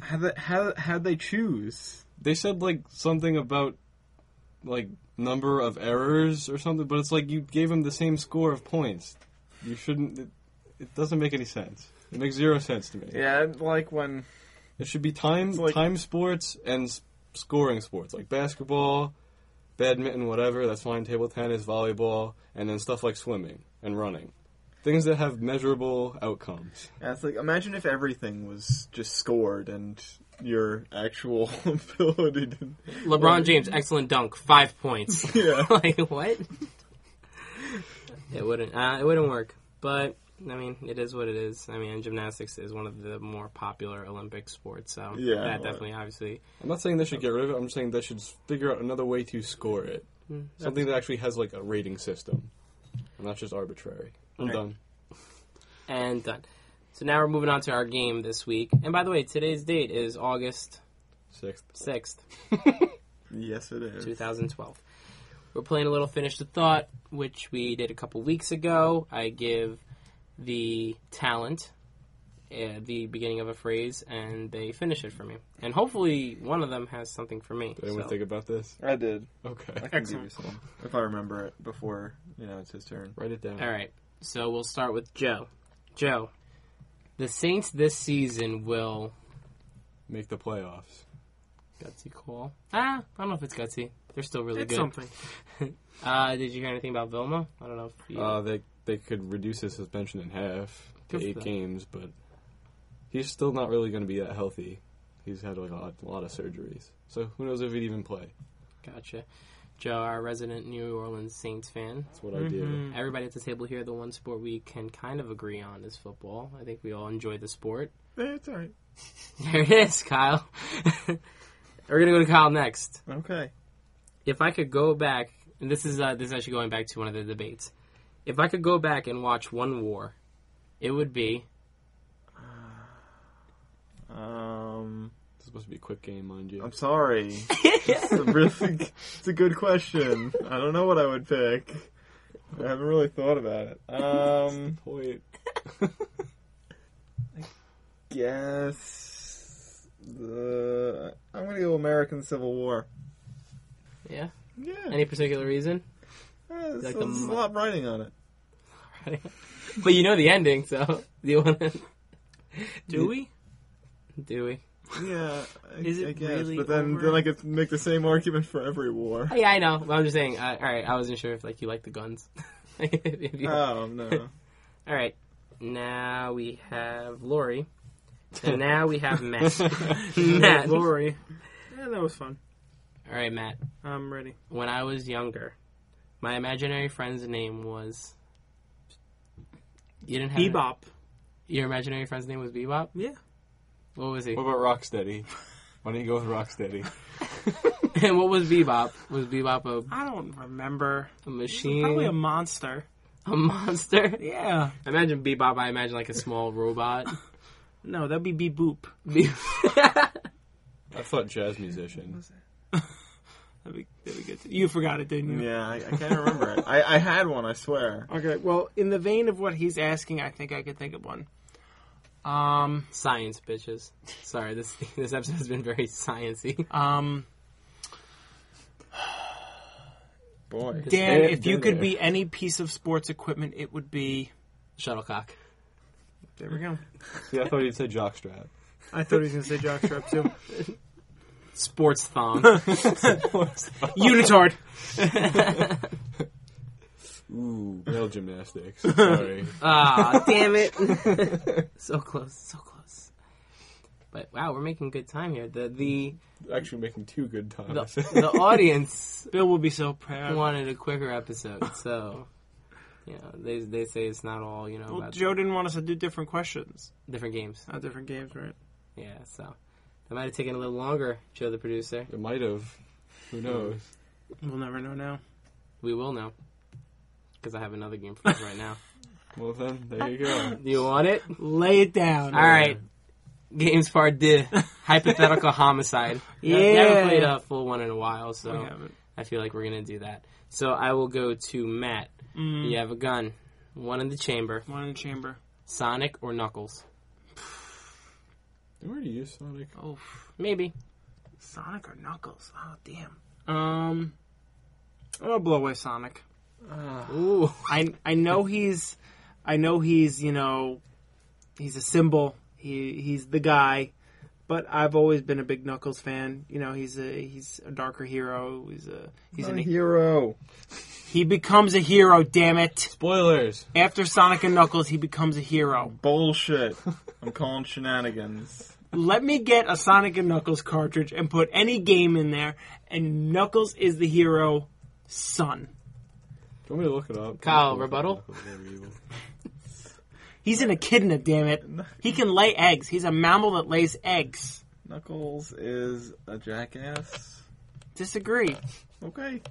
S1: how they, how how'd they choose?
S2: They said like something about like number of errors or something, but it's like you gave him the same score of points. You shouldn't it, it doesn't make any sense. It makes zero sense to me.
S1: Yeah, like when
S2: It should be time
S1: like-
S2: time sports and s- scoring sports like basketball, badminton, whatever. That's fine. Table tennis, volleyball, and then stuff like swimming and running, things that have measurable outcomes.
S1: Yeah, it's like imagine if everything was just scored and your actual ability didn't.
S3: LeBron James, excellent dunk, five points.
S1: Yeah.
S3: like what? it wouldn't. Uh, it wouldn't work. But I mean, it is what it is. I mean, gymnastics is one of the more popular Olympic sports, so
S1: Yeah,
S3: that
S1: well-
S3: definitely, obviously,
S2: I'm not saying they should get rid of it. I'm just saying they should s- figure out another way to score it.
S1: Hmm,
S2: Something that actually has like a rating system, and not just arbitrary. I'm
S1: Right.
S2: done.
S3: and done. So now we're moving on to our game this week. And by the way, today's date is August
S2: Sixth.
S3: sixth,
S1: Yes, it
S3: two
S1: is.
S3: thousand twelve. We're playing a little finish the thought, which we did a couple weeks ago. I give the talent uh, the beginning of a phrase, and they finish it for me. And hopefully, one of them has something for me.
S2: Did anyone
S3: so-
S2: think about this?
S1: I did.
S2: Okay.
S1: I can give you some if I remember it before you know it's his turn.
S2: Write it down.
S3: All right. So we'll start with Joe. Joe, the Saints this season will
S2: Make the playoffs.
S3: Gutsy call. Ah, I don't know if it's gutsy. They're still really
S4: it's
S3: good.
S4: something.
S3: Uh, did you hear anything about Vilma? I don't know if you.
S2: Uh, they they could reduce his suspension in half to
S3: Good for
S2: eight
S3: them.
S2: games, but he's still not really going to be that healthy. He's had like a lot, a lot of surgeries, so who knows if he'd even play?
S3: gotcha. Joe, our resident New Orleans Saints fan.
S2: That's what I did.
S4: Mhm.
S3: Everybody at the table here, the one sport we can kind of agree on is football. I think we all enjoy the sport.
S1: Eh, It's alright.
S3: There it is, Kyle. We're gonna go to Kyle next.
S1: Okay.
S3: if I could go back, and this is uh, this is actually going back to one of the debates. If I could go back and watch one war, it would be
S1: Um,
S2: It's supposed to be a quick game, mind you.
S1: I'm sorry. it's, a really, it's a good question. I don't know what I would pick. I haven't really thought about it. Um,
S2: Wait,
S1: guess the I'm gonna go American Civil War.
S3: yeah.
S1: Yeah,
S3: Any particular reason?
S1: Eh,
S3: like
S1: so
S3: the
S4: um,
S1: there's a
S3: mo-
S1: lot of writing on it.
S3: but you know the ending, so do you want to?
S4: Do we?
S3: Do we?
S1: Yeah, I,
S4: Is it
S1: I guess.
S4: really
S1: but then,
S4: over?
S1: then I could make the same argument for every war.
S3: Oh, yeah, I know. But I'm just saying. Uh, all right, I wasn't sure if like you like the guns. If you-
S1: Oh no.
S3: All right, now we have Lori, and now we have Matt. Matt. All
S4: Glory. Yeah, that was fun.
S3: right, Matt.
S4: I'm ready.
S3: When I was younger, my imaginary friend's name was. You didn't have
S4: Bebop.
S3: Your imaginary friend's name was Bebop?
S4: Yeah.
S3: What was he?
S2: what about Rocksteady? Why don't you go with Rocksteady?
S3: and what was Bebop? Was Bebop a,
S4: I don't remember.
S3: a machine?
S4: Probably a monster.
S3: a monster?
S4: Yeah.
S3: Imagine Bebop, I imagine like a small robot.
S4: No, that'd be Bee Boop.
S3: Be-
S2: I thought jazz musician.
S4: That'd be, that'd be good. Too. You forgot it, didn't you?
S1: Yeah, I, I can't remember it. I, I had one. I swear.
S4: Okay. Well, in the vein of what he's asking, I think I could think of one. Um.
S3: science, bitches. Sorry, this this episode has been very sciencey.
S4: Um.
S1: Boy.
S4: Dan,
S2: Dead
S4: if you could
S2: dinner.
S4: be any piece of sports equipment, it would be.
S3: Shuttlecock.
S4: There we go.
S2: Yeah, I thought you'd say jockstrap.
S4: I thought he was gonna say jockstrap too.
S3: Sports thong.
S4: Unitard.
S2: Ooh, male gymnastics. Sorry.
S3: Ah, damn it. so close, so close. But wow, we're making good time here. The the
S2: Actually, making two good
S3: the,
S2: times.
S3: the audience
S4: Bill will be so proud.
S3: wanted a quicker episode, so you know, they they say it's not all, you know,
S4: Well,
S3: about
S4: Joe didn't want us to do different questions,
S3: different games.
S4: not different games, right?
S3: Yeah, so that might have taken a little longer, Joe the producer.
S2: it might have. Who knows?
S4: We'll never know now.
S3: We will know. Because I have another game for us right now.
S2: Well, then, there you go.
S3: Do you want it?
S4: Lay it down.
S3: All right. Games part D. Hypothetical homicide.
S4: Yeah.
S3: I haven't played a full one in a while, so
S4: We haven't.
S3: I feel like we're going to do that. So I will go to Matt.
S4: Mm,
S3: You have a gun. One in the chamber.
S4: One in the chamber.
S3: Sonic or Knuckles?
S2: They already used Sonic.
S4: Oh,
S3: Maybe.
S4: Sonic or Knuckles? Oh, damn. Um, I'm gonna blow away Sonic.
S3: Ooh.
S4: I I know he's, I know he's you know, he's a symbol. He he's the guy, but I've always been a big Knuckles fan. You know, he's a he's a darker hero. He's a he's
S1: Not
S4: an,
S1: a hero.
S4: he becomes a hero. Damn it!
S2: Spoilers!
S4: After Sonic and Knuckles, he becomes a hero.
S1: Bullshit. I'm calling shenanigans.
S4: Let me get a Sonic and Knuckles cartridge and put any game in there, and Knuckles is the hero. Son.
S2: Do you want me to look it up?
S3: Kyle,
S2: Look up
S3: rebuttal?
S2: Knuckles, they were evil.
S4: He's an echidna, damn it. He can lay eggs. He's a mammal that lays eggs.
S1: Knuckles is a jackass.
S4: Disagree.
S1: Okay.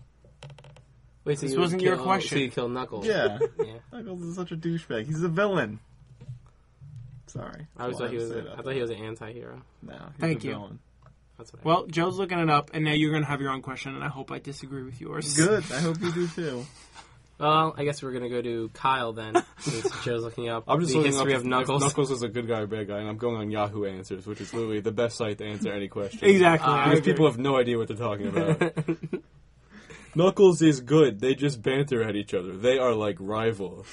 S3: Wait, so
S4: This
S3: you would
S4: wasn't your
S3: kill-
S4: question.
S3: So you kill Knuckles?
S1: Yeah.
S3: Yeah.
S1: Knuckles is such a douchebag. He's a villain. Sorry.
S3: I always
S1: Well,
S3: thought he
S1: had
S3: was.
S1: to say
S3: A,
S1: that.
S3: I thought he was an anti-hero.
S1: No, he's
S4: Thank
S1: a
S4: you.
S1: villain.
S3: That's what. I
S4: Well, Joe's looking it up, and now you're going to have your own question, and I hope I disagree with yours.
S1: Good. I hope you do too.
S3: Well, I guess we're gonna go to Kyle then, since Joe's looking up
S2: I'm just
S3: the
S2: looking
S3: history
S2: up
S3: of
S2: if
S3: Knuckles.
S2: Knuckles is a good guy or bad guy, and I'm going on Yahoo Answers, which is literally the best site to answer any question.
S4: Exactly.
S3: Uh,
S4: I
S2: Because
S4: agree.
S2: people have no idea what they're talking about. Knuckles is good. They just banter at each other. They are like rivals.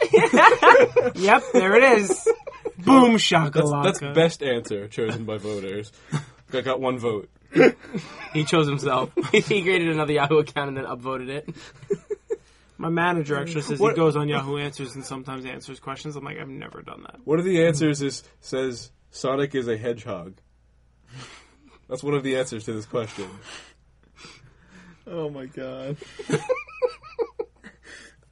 S4: Yep, there it is. Boom shakalaka.
S2: That's best answer chosen by voters. I got one vote.
S3: He chose himself. he created another Yahoo account and then upvoted it.
S4: My manager actually says
S2: What-
S4: he goes on Yahoo Answers and sometimes answers questions. I'm like, I've never done that.
S2: One of the answers is says Sonic is a hedgehog. That's one of the answers to this question.
S1: Oh my god.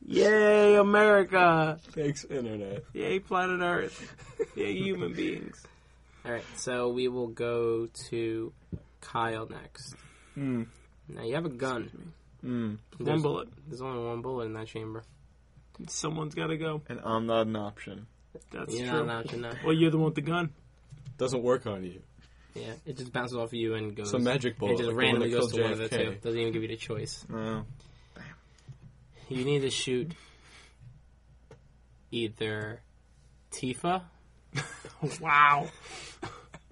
S4: Yay, America!
S2: Thanks, internet.
S4: Yay, planet Earth! Yay, human beings!
S3: All right, so we will go to Kyle next.
S2: Hmm.
S1: Mm.
S3: Now you have a gun.
S1: Mm.
S4: One bullet.
S3: There's only one bullet in that chamber.
S4: Someone's got to go.
S1: And I'm not an option.
S4: That's
S3: You're not
S4: true.
S3: an option now.
S4: Well, you're the one with the gun.
S2: Doesn't work on you.
S3: Yeah, it just bounces off you and goes.
S2: It's a magic bullet.
S3: It just
S2: like the one
S3: randomly
S2: that
S3: goes to
S2: killed
S3: one of the
S2: JFK.
S3: two. Doesn't even give you the choice.
S1: No.
S3: You need to shoot either Tifa.
S4: Wow.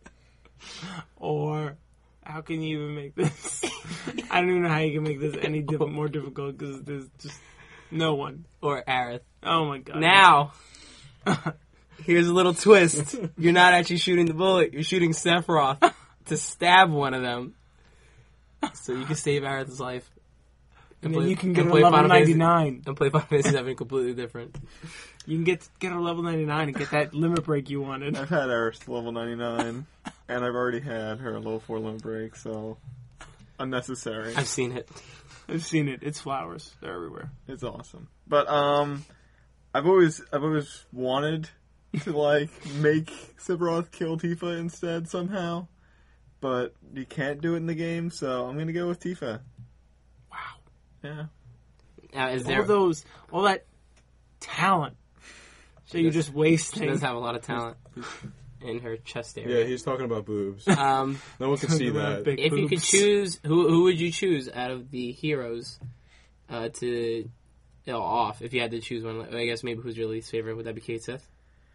S4: or how can you even make this? I don't even know how you can make this any diff- more difficult because there's just no one.
S3: or Aerith.
S4: Oh my god.
S3: Now, here's a little twist. You're not actually shooting the bullet. You're shooting Sephiroth to stab one of them, so you can save Aerith's life.
S4: And then
S3: play-
S4: you can get
S3: and
S4: a
S3: play
S4: level
S3: Final Fantasy-
S4: 99.
S3: And play Final Fantasy VII completely different.
S4: You can get get a level 99 and get that limit break you wanted.
S1: I've had Eris to level 99, and I've already had her level 4 limit break, so. Unnecessary.
S3: I've seen it.
S4: I've seen it. It's flowers. They're everywhere.
S1: It's awesome. But, um. I've always, I've always wanted to, like, make Sephiroth kill Tifa instead somehow. But you can't do it in the game, so I'm gonna go with Tifa.
S4: Wow.
S1: Yeah.
S3: Now, is
S4: All
S3: there?
S4: those, all that talent. So you're just
S3: She
S4: wasting.
S3: does have a lot of talent in her chest
S2: Yeah,
S3: area.
S2: he's talking about boobs.
S3: Um,
S2: No one can see that.
S4: Big
S3: if you could
S4: boobs.
S3: choose, who who would you choose out of the heroes uh, to ill off? If you had to choose one, I guess maybe who's your least favorite? Would that be Kate Sith?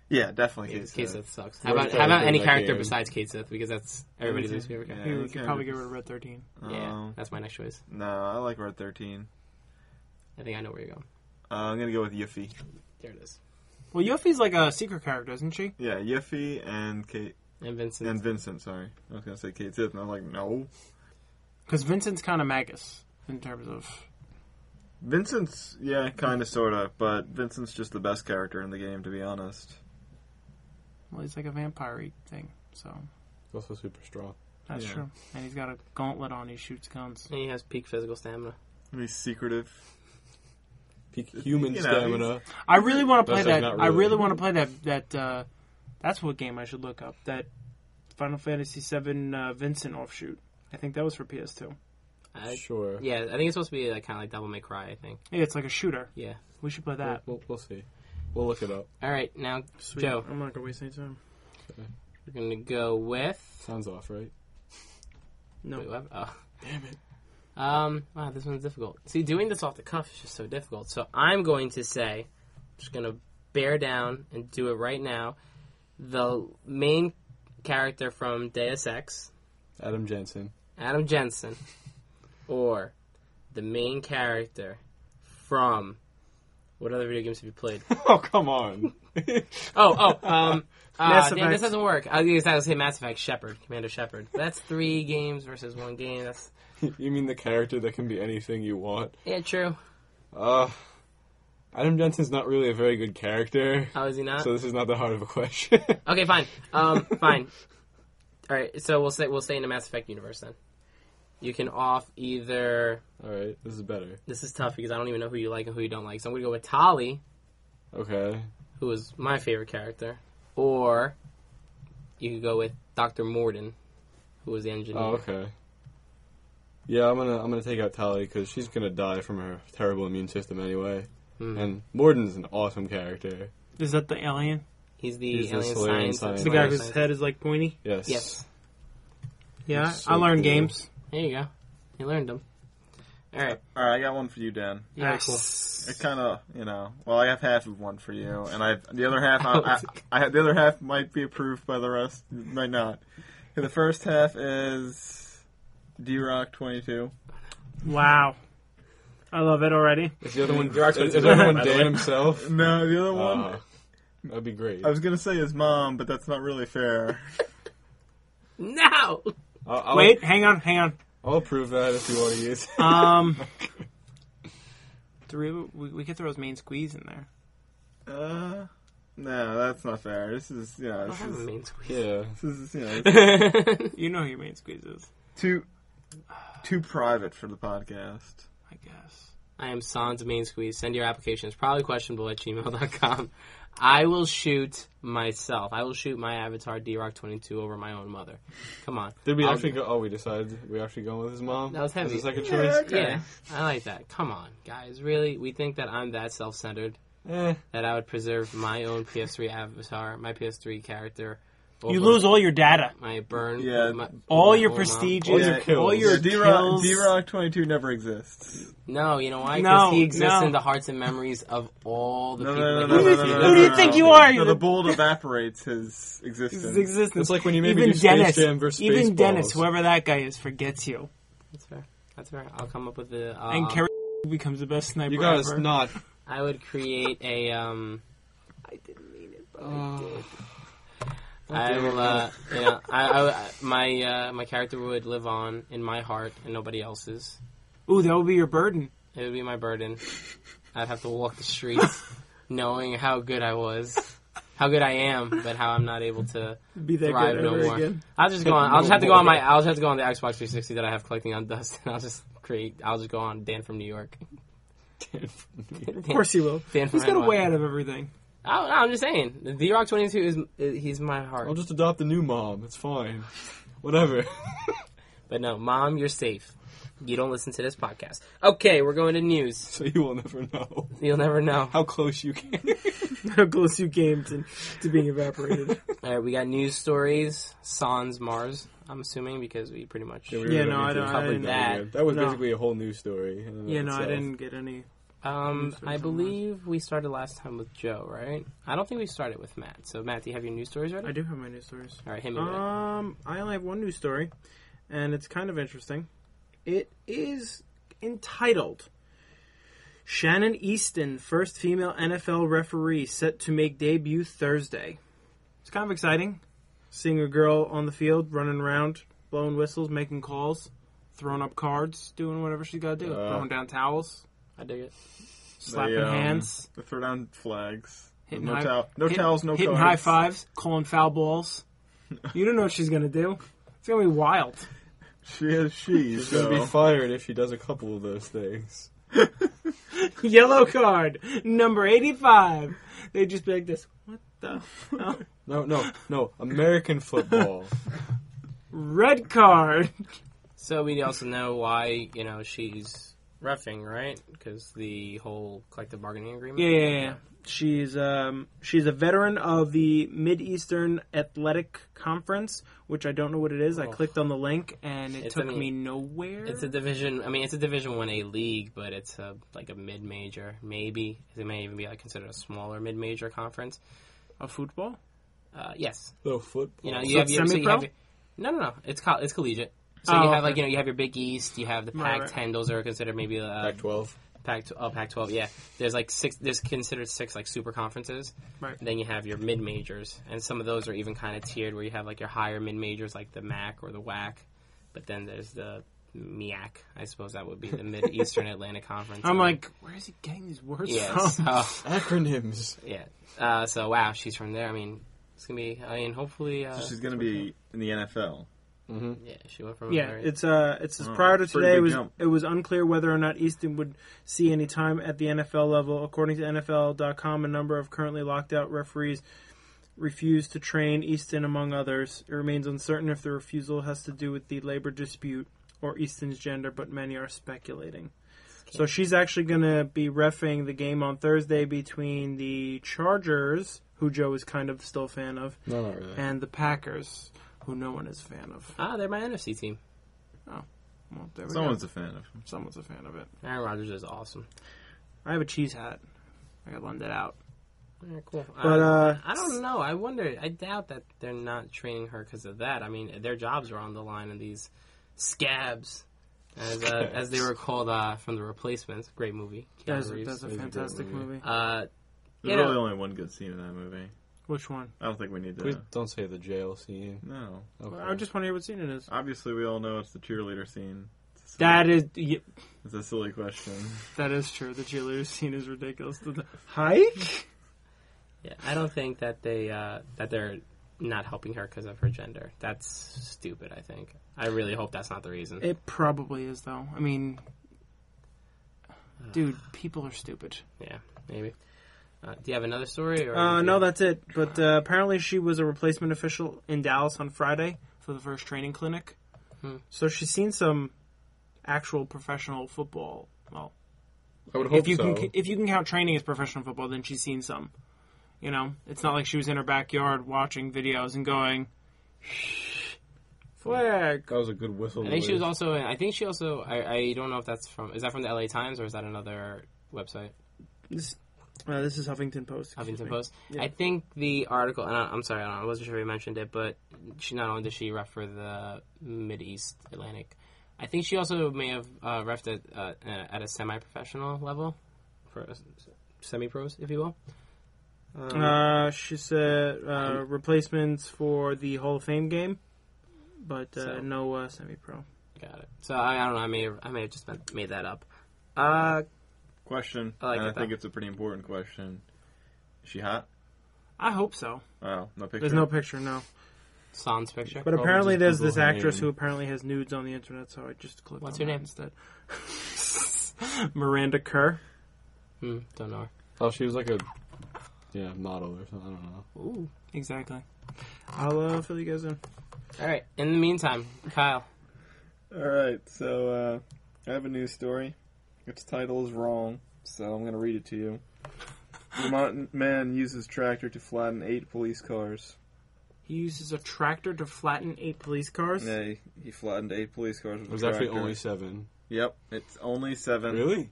S1: Yeah, definitely
S3: Kate,
S1: Kate
S3: Kate
S1: Sith.
S3: Sith sucks.
S2: Throw
S3: How about
S2: the
S3: how about
S2: character
S3: any
S2: back
S3: character
S2: in.
S3: besides Kate Sith? Because that's everybody's least favorite character.
S1: Yeah,
S4: Yeah, we
S1: it's
S4: could
S1: kinda
S4: probably get
S1: just-
S4: rid of Red 13.
S3: Yeah.
S1: Um,
S3: that's my next choice.
S1: No, I like Red 13.
S3: I think I know where you're going.
S1: Uh, I'm gonna go with Yuffie.
S3: There it is.
S4: Well, Yuffie's like a secret character, isn't she?
S1: Yeah, Yuffie and Kate
S3: And Vincent.
S1: and Vincent. Sorry, I was gonna say Kate Sith, and I'm like, no,
S4: Because Vincent's kind of Magus in terms of.
S1: Vincent's yeah, kind of, sort of, but Vincent's just the best character in the game, to be honest.
S4: Well, he's like a vampire thing, so
S2: He's also super strong.
S4: that's
S1: Yeah.
S4: true. And he's got a gauntlet on. He shoots guns.
S3: and he has peak physical stamina.
S1: He's secretive.
S2: Peak human
S1: You know,
S2: stamina.
S4: I really want to play
S2: That's, like,
S4: that.
S2: not
S4: I
S2: really-
S4: really want to play that. That uh, that's what game I should look up. That Final Fantasy VII uh, Vincent offshoot. I think that was for PS2.
S3: I,
S2: Sure.
S3: yeah, I think it's supposed to be like kind of like Devil May Cry. I think.
S4: Yeah, it's like a shooter.
S3: Yeah.
S4: We should play
S2: We'll,
S4: that.
S2: we'll, we'll see. We'll look it up.
S3: All right, now Joe,
S4: I'm not gonna waste any time.
S3: we're gonna go with.
S2: Sounds off, right?
S4: No.
S3: Wait, what? Oh. Damn it. Um, wow, this one's difficult. See, doing this off the cuff is just so difficult. So I'm going to say, just going to bear down and do it right now. The main character from Deus Ex,
S2: Adam Jensen.
S3: Adam Jensen, or the main character from what other video games have you played?
S2: Oh, come on.
S3: Oh, oh, um, uh,
S4: Mass
S3: damn, this
S4: Effect.
S3: doesn't work. I was going to say Mass Effect Shepard, Commander Shepard. That's three games versus one game. That's
S2: you mean the character that can be anything you want?
S3: yeah, true.
S2: Uh, Adam Jensen's not really a very good character,
S3: How is he
S1: Uh,
S3: not?
S2: so this is not that hard of a question.
S3: Okay, fine. Um, fine. All right, so we'll say we'll stay in the Mass Effect universe then. You can off either.
S2: All right, this is better.
S3: This is tough because I don't even know who you like and who you don't like. So I'm gonna go with Tali,
S2: Okay.
S3: who is my favorite character, or you could go with Doctor Morden, who was the engineer.
S2: Oh, okay. Yeah, I'm gonna I'm gonna take out Tali because she's gonna die from her terrible immune system anyway.
S3: Mm.
S2: And Morden's an awesome character.
S4: Is that the alien?
S3: He's the
S2: He's the
S3: alien
S2: Solarian
S3: science.
S2: science.
S4: The
S2: The
S4: guy
S2: guy
S4: whose head is like pointy.
S2: Yes.
S3: Yes,
S4: Yeah,
S2: That's so
S4: I learned
S2: cool.
S4: games.
S3: there you go. You learned them. All right.
S1: All right, I got one for you, Dan.
S3: Yeah,
S4: Nice.
S1: It kind of, you know. Well, I have half of one for you, and I the other half.
S2: Uh,
S1: I, I, I the other half might be approved by the rest, might not. And the first half is D Rock twenty two.
S4: Wow. I love it already.
S2: Is the other one?
S1: You're actually-
S2: Is, is the other one
S1: By the way.
S2: Dan himself?
S1: No, the other one.
S2: Uh, that'd be great.
S1: I was gonna say his mom, but that's not really fair.
S3: Cool. No.
S2: I'll, I'll,
S4: Wait, hang on, hang on.
S2: I'll prove that if you want to use. it.
S4: Um, do we, we, we could throw his main squeeze in there.
S1: Uh, no, that's not fair. This is you know,
S3: I
S1: this
S3: have a
S1: is,
S3: main squeeze.
S2: yeah.
S1: this is you know, it's
S4: You know who your main squeeze is,
S1: too too private for the podcast.
S4: I guess.
S3: I am Sans Main Squeeze. Send your applications. Probably questionable at gmail.com. I will shoot myself. I will shoot my avatar D Rock 22 over my own mother. Come on.
S2: Did we
S3: I'll-
S2: actually go? Oh, we decided we actually going with his mom.
S3: That was heavy.
S2: As a second
S1: Yeah,
S2: choice.
S1: okay.
S3: Yeah, I like that. Come on, guys. Really? We think that I'm that self centered
S2: Eh.
S3: that I would preserve my own PS3 avatar, my PS3 character.
S4: You
S3: over
S4: lose all your data,
S3: My burn.
S1: Yeah.
S3: my-
S4: all
S3: my
S4: your
S3: own
S4: prestige,
S3: mom.
S2: All your
S1: Yeah,
S2: kills.
S4: all your
S1: D Rock
S4: kills.
S1: D Rock twenty two never exists.
S3: No, you know why?
S4: No,
S3: Because he exists
S4: no.
S3: in the hearts and memories of all the
S1: No,
S3: people.
S1: no, no,
S3: that
S1: no,
S3: we
S4: Who do you
S1: no,
S3: see.
S1: no,
S4: think-
S1: no,
S4: who do
S1: no,
S4: you
S1: no,
S4: think
S1: no.
S4: you are?
S1: No, the bulb evaporates his existence.
S4: His existence.
S2: It's like when you maybe
S4: even
S2: do
S4: Dennis,
S2: Space Jam versus
S4: even
S2: Spaceballs.
S4: Dennis, whoever that guy is, forgets you,
S3: That's fair. That's fair. I'll come up with the. Uh,
S4: and Kerry becomes the best sniper
S2: Ah. You guys
S4: ever.
S2: not.
S3: I would create a. Um, I didn't mean it, but I
S2: Uh,
S3: did. I will. Uh, you know, I, I, I- my uh, my character would live on in my heart and nobody else's.
S4: Ooh, that would be your burden.
S3: It would be my burden. I'd have to walk the streets, knowing how good I was, how good I am, but how I'm not able to.
S4: Be that
S3: Thrive
S4: good
S3: no
S4: ever
S3: more.
S4: again.
S3: I'll just go on.
S2: No
S3: I'll just have to go on
S2: more.
S3: my. I'll just have to go on the Xbox 360 that I have collecting on dust, and I'll just create. I'll just go on Dan from New York. Dan,
S4: Of course he will.
S3: Dan from
S4: He's got a
S3: NY.
S4: way out of everything.
S3: I don't know, I'm just saying. The Rock 22 is is- he's my heart.
S2: I'll just adopt a new mom. It's fine. Whatever.
S3: But no, mom, you're safe. You don't listen to this podcast. Okay, we're going to news.
S2: so you will never know
S3: You'll never know.
S2: how close you came.
S4: How close you came to, to being evaporated.
S3: All right, we got news stories. Sans Mars, I'm assuming because we pretty much.
S2: we
S4: Yeah,
S2: really
S4: no, I
S2: need to
S4: don't- I
S2: cover
S4: didn't-
S2: that. again. That was
S4: no.
S2: basically a whole new story. in and of
S4: yeah, no, I
S2: itself.
S4: didn't get any.
S3: Um,
S4: News stories
S3: I
S4: on Mars.
S3: believe we started last time with Joe, right? I don't think we started with Matt. So Matt, do you have your news stories
S4: I
S3: ready?
S4: do have my news stories.
S3: All right, hit me. with it.
S4: Um, I only have one news story, and it's kind of interesting. It is entitled Shannon Easton, first female NFL referee, set to make debut Thursday. It's kind of exciting seeing a girl on the field running around, blowing whistles, making calls, throwing up cards, doing whatever she's got to do,
S2: Uh,
S4: throwing down towels,
S3: I dig it.
S4: slapping
S1: um,
S4: hands,
S1: They throw down flags.
S4: Hitting
S1: no
S4: high-
S1: towel, no
S4: hit-
S1: towels, no
S4: hitting
S1: cards.
S4: high fives, calling foul balls. you don't know what she's going to do. It's going to be wild.
S1: She is she.
S2: She's gonna be fired if she does a couple of those things.
S4: Yellow card, number 85. They just be like this. What the? hell?
S2: No, no, no. American football.
S4: Red card.
S3: So we also know why you know she's refing, right? Because the whole collective bargaining agreement.
S4: Yeah, yeah, yeah. She's um she's a veteran of the Mid Eastern Athletic Conference, which I don't know what it is. I
S3: Oh.
S4: clicked on the link and it
S3: It's
S4: took
S3: an-
S4: me nowhere.
S3: It's a division. I mean, it's a Division One A league, but it's a like a mid major. Maybe it may even be like considered a smaller mid major conference.
S4: a football.
S3: Uh, yes,
S2: No football.
S3: you know
S4: So
S3: you have
S4: it's
S3: your, so you
S4: semi-pro?
S3: have your, no no no. It's col- it's collegiate. So
S4: Oh,
S3: you have like
S4: okay.
S3: you know you have your Big East. You have the
S4: Right, right.
S3: Pac-10. Those are considered maybe uh,
S2: Pac-12.
S3: Pac oh, Pac-12. Yeah, there's like six. There's considered six like super conferences.
S4: Right.
S3: Then you have your mid majors, and some of those are even kind of tiered, where you have like your higher mid majors like the MAC or the WAC, but then there's the MIAC. I suppose that would be the Mid Eastern Atlantic Conference.
S4: I'm like, where is he getting these words
S3: yeah,
S4: from?
S3: so
S2: Acronyms.
S3: yeah. Uh, so wow, she's from there. I mean, it's gonna be. I mean, hopefully, uh,
S1: She's gonna be in the NFL.
S3: yeah, she went from
S4: Yeah,
S3: very-
S4: it's uh, it's
S1: Oh,
S4: prior to
S1: pretty
S4: today. It
S1: big
S4: was
S1: jump.
S4: it was unclear whether or not Easton would see any time at the NFL level. According to NFL.com, a number of currently locked out referees refused to train Easton, among others. It remains uncertain if the refusal has to do with the labor dispute or Easton's gender, but many are speculating. So she's actually going to be refing the game on Thursday between the Chargers, who Joe is kind of still a fan of,
S2: No, not really.
S4: and the Packers, who no one is a fan of.
S3: ah, they're my NFC team.
S4: Well, there we go.
S1: Someone's a fan of. him.
S4: Someone's a fan of it.
S3: Aaron Rodgers is awesome.
S4: I have a cheese hat. I gotta lend it out.
S3: Yeah, Eh, cool.
S4: But,
S3: I,
S4: uh,
S3: I don't know. I wonder. I doubt that they're not training her because of that. I mean, their jobs are on the line in these scabs, as uh,
S2: Scabs.
S3: as they were called uh, from the Replacements. Great movie. Keanu
S4: That's,
S3: Reeves.
S4: that's a
S2: is a great
S4: fantastic
S2: movie.
S4: movie.
S3: Uh,
S1: There's
S3: Yeah.
S1: really only one good scene in that movie.
S4: Which one?
S1: I don't think we need to.
S2: Please don't say the jail scene.
S1: No.
S2: Okay.
S4: I just want to hear what scene it is.
S1: Obviously, we all know it's the cheerleader scene. It's a silly-
S4: That is y
S1: It's a silly question.
S4: that is true. The cheerleader scene is ridiculous. The, the hike.
S3: Yeah, I don't think that they uh, that they're not helping her because of her gender. That's stupid. I think. I really hope that's not the reason.
S4: It probably is though. I mean, dude, people are stupid.
S3: yeah, maybe. Uh, do you have another story? Or
S4: Uh,
S3: anything?
S4: no, that's it. But uh, apparently, she was a replacement official in Dallas on Friday for the first training clinic.
S3: Hmm.
S4: So she's seen some actual professional football. Well,
S2: I would hope
S4: if you
S2: so.
S4: can if you can count training as professional football, then she's seen some. You know, it's not like she was in her backyard watching videos and going, flag.
S2: That was a good whistle.
S3: I think she was also. In, I think she also. I, I don't know if that's from. Is that from the L.A. Times or is that another website?
S4: This, uh, this is Huffington Post. excuse
S3: Huffington
S4: me.
S3: Post.
S4: Yeah.
S3: I think the article, and I, I'm sorry, I don't- I wasn't sure if you mentioned it, but she not only did she ref for the Mid East Atlantic, I think she also may have uh, refed at, uh, uh, at a semi-professional level, for uh, semi-pros, if you will. Um,
S4: Uh, she said uh, replacements for the Hall of Fame game, but uh,
S3: So-
S4: no uh, semi-pro.
S3: got it. So I, I don't know. I may have, I may have just meant, made that up. Uh,
S1: Question.
S3: I like
S1: and I
S3: it,
S1: think
S3: though.
S1: it's a pretty important question. Is she hot?
S4: I hope so.
S1: Oh, no picture.
S4: There's no picture, no.
S3: Sans picture.
S4: But
S2: Probably
S4: apparently,
S2: just
S4: there's
S2: Google
S4: this
S2: her
S4: actress
S2: name.
S4: who apparently has nudes on the internet, so I just clicked.
S3: What's
S4: on
S3: her
S4: that
S3: name?
S4: instead? Miranda Kerr.
S3: Hmm, don't know.
S2: Oh, she was like a yeah model or something. I don't know.
S3: Her. Ooh.
S4: Exactly. I'll uh, fill you guys in.
S3: All right. In the meantime, Kyle.
S1: All right, so uh, I have a news story. Its title is wrong, so I'm going to read it to you. Vermont man uses tractor to flatten eight police cars.
S4: He uses a tractor to flatten eight police cars.
S1: Yeah, he, he flattened eight police cars with
S2: It was
S1: a
S2: actually
S1: tractor.
S2: only seven.
S1: Yep, it's only seven.
S2: Really?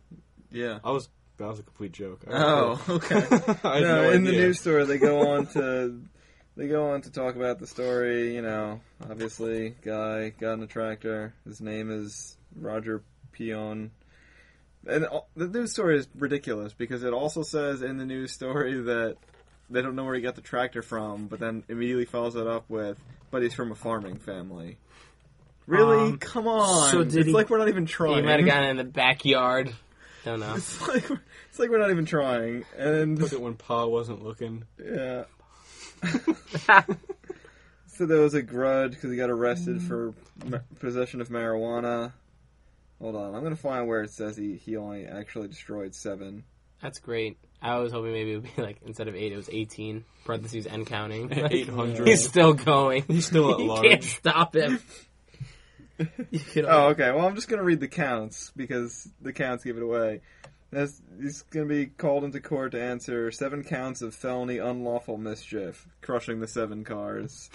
S1: Yeah.
S2: I was that was a complete joke. I
S1: Oh, okay.
S2: I had
S1: no,
S2: no
S1: in the
S2: idea.
S1: news story, they go on to they go on to talk about the story. You know, obviously, guy got in a tractor. His name is Roger Peon. And all- the news story is ridiculous because it also says in the news story that they don't know where he got the tractor from, but then immediately follows it up with, "But he's from a farming family." Really?
S4: Um,
S1: Come on!
S4: so did
S1: it's
S4: he-
S1: like we're not even trying.
S3: You might have gotten in the backyard. Don't know.
S1: it's like we're- it's like we're not even trying. And
S2: Took it when Pa wasn't looking.
S1: yeah. So there was a grudge because he got arrested for ma- possession of marijuana. Hold on, I'm gonna find where it says he, he only actually destroyed seven.
S3: That's great. I was hoping maybe it would be like instead of eight, it was eighteen parentheses and counting. Like,
S2: Eight hundred.
S3: He's still going.
S2: He's still at
S3: you
S2: large.
S3: can't stop him. You could
S1: Oh,
S3: only-
S1: okay. Well, I'm just gonna read the counts because the counts give it away. That's, he's gonna be called into court to answer seven counts of felony unlawful mischief, crushing the seven cars,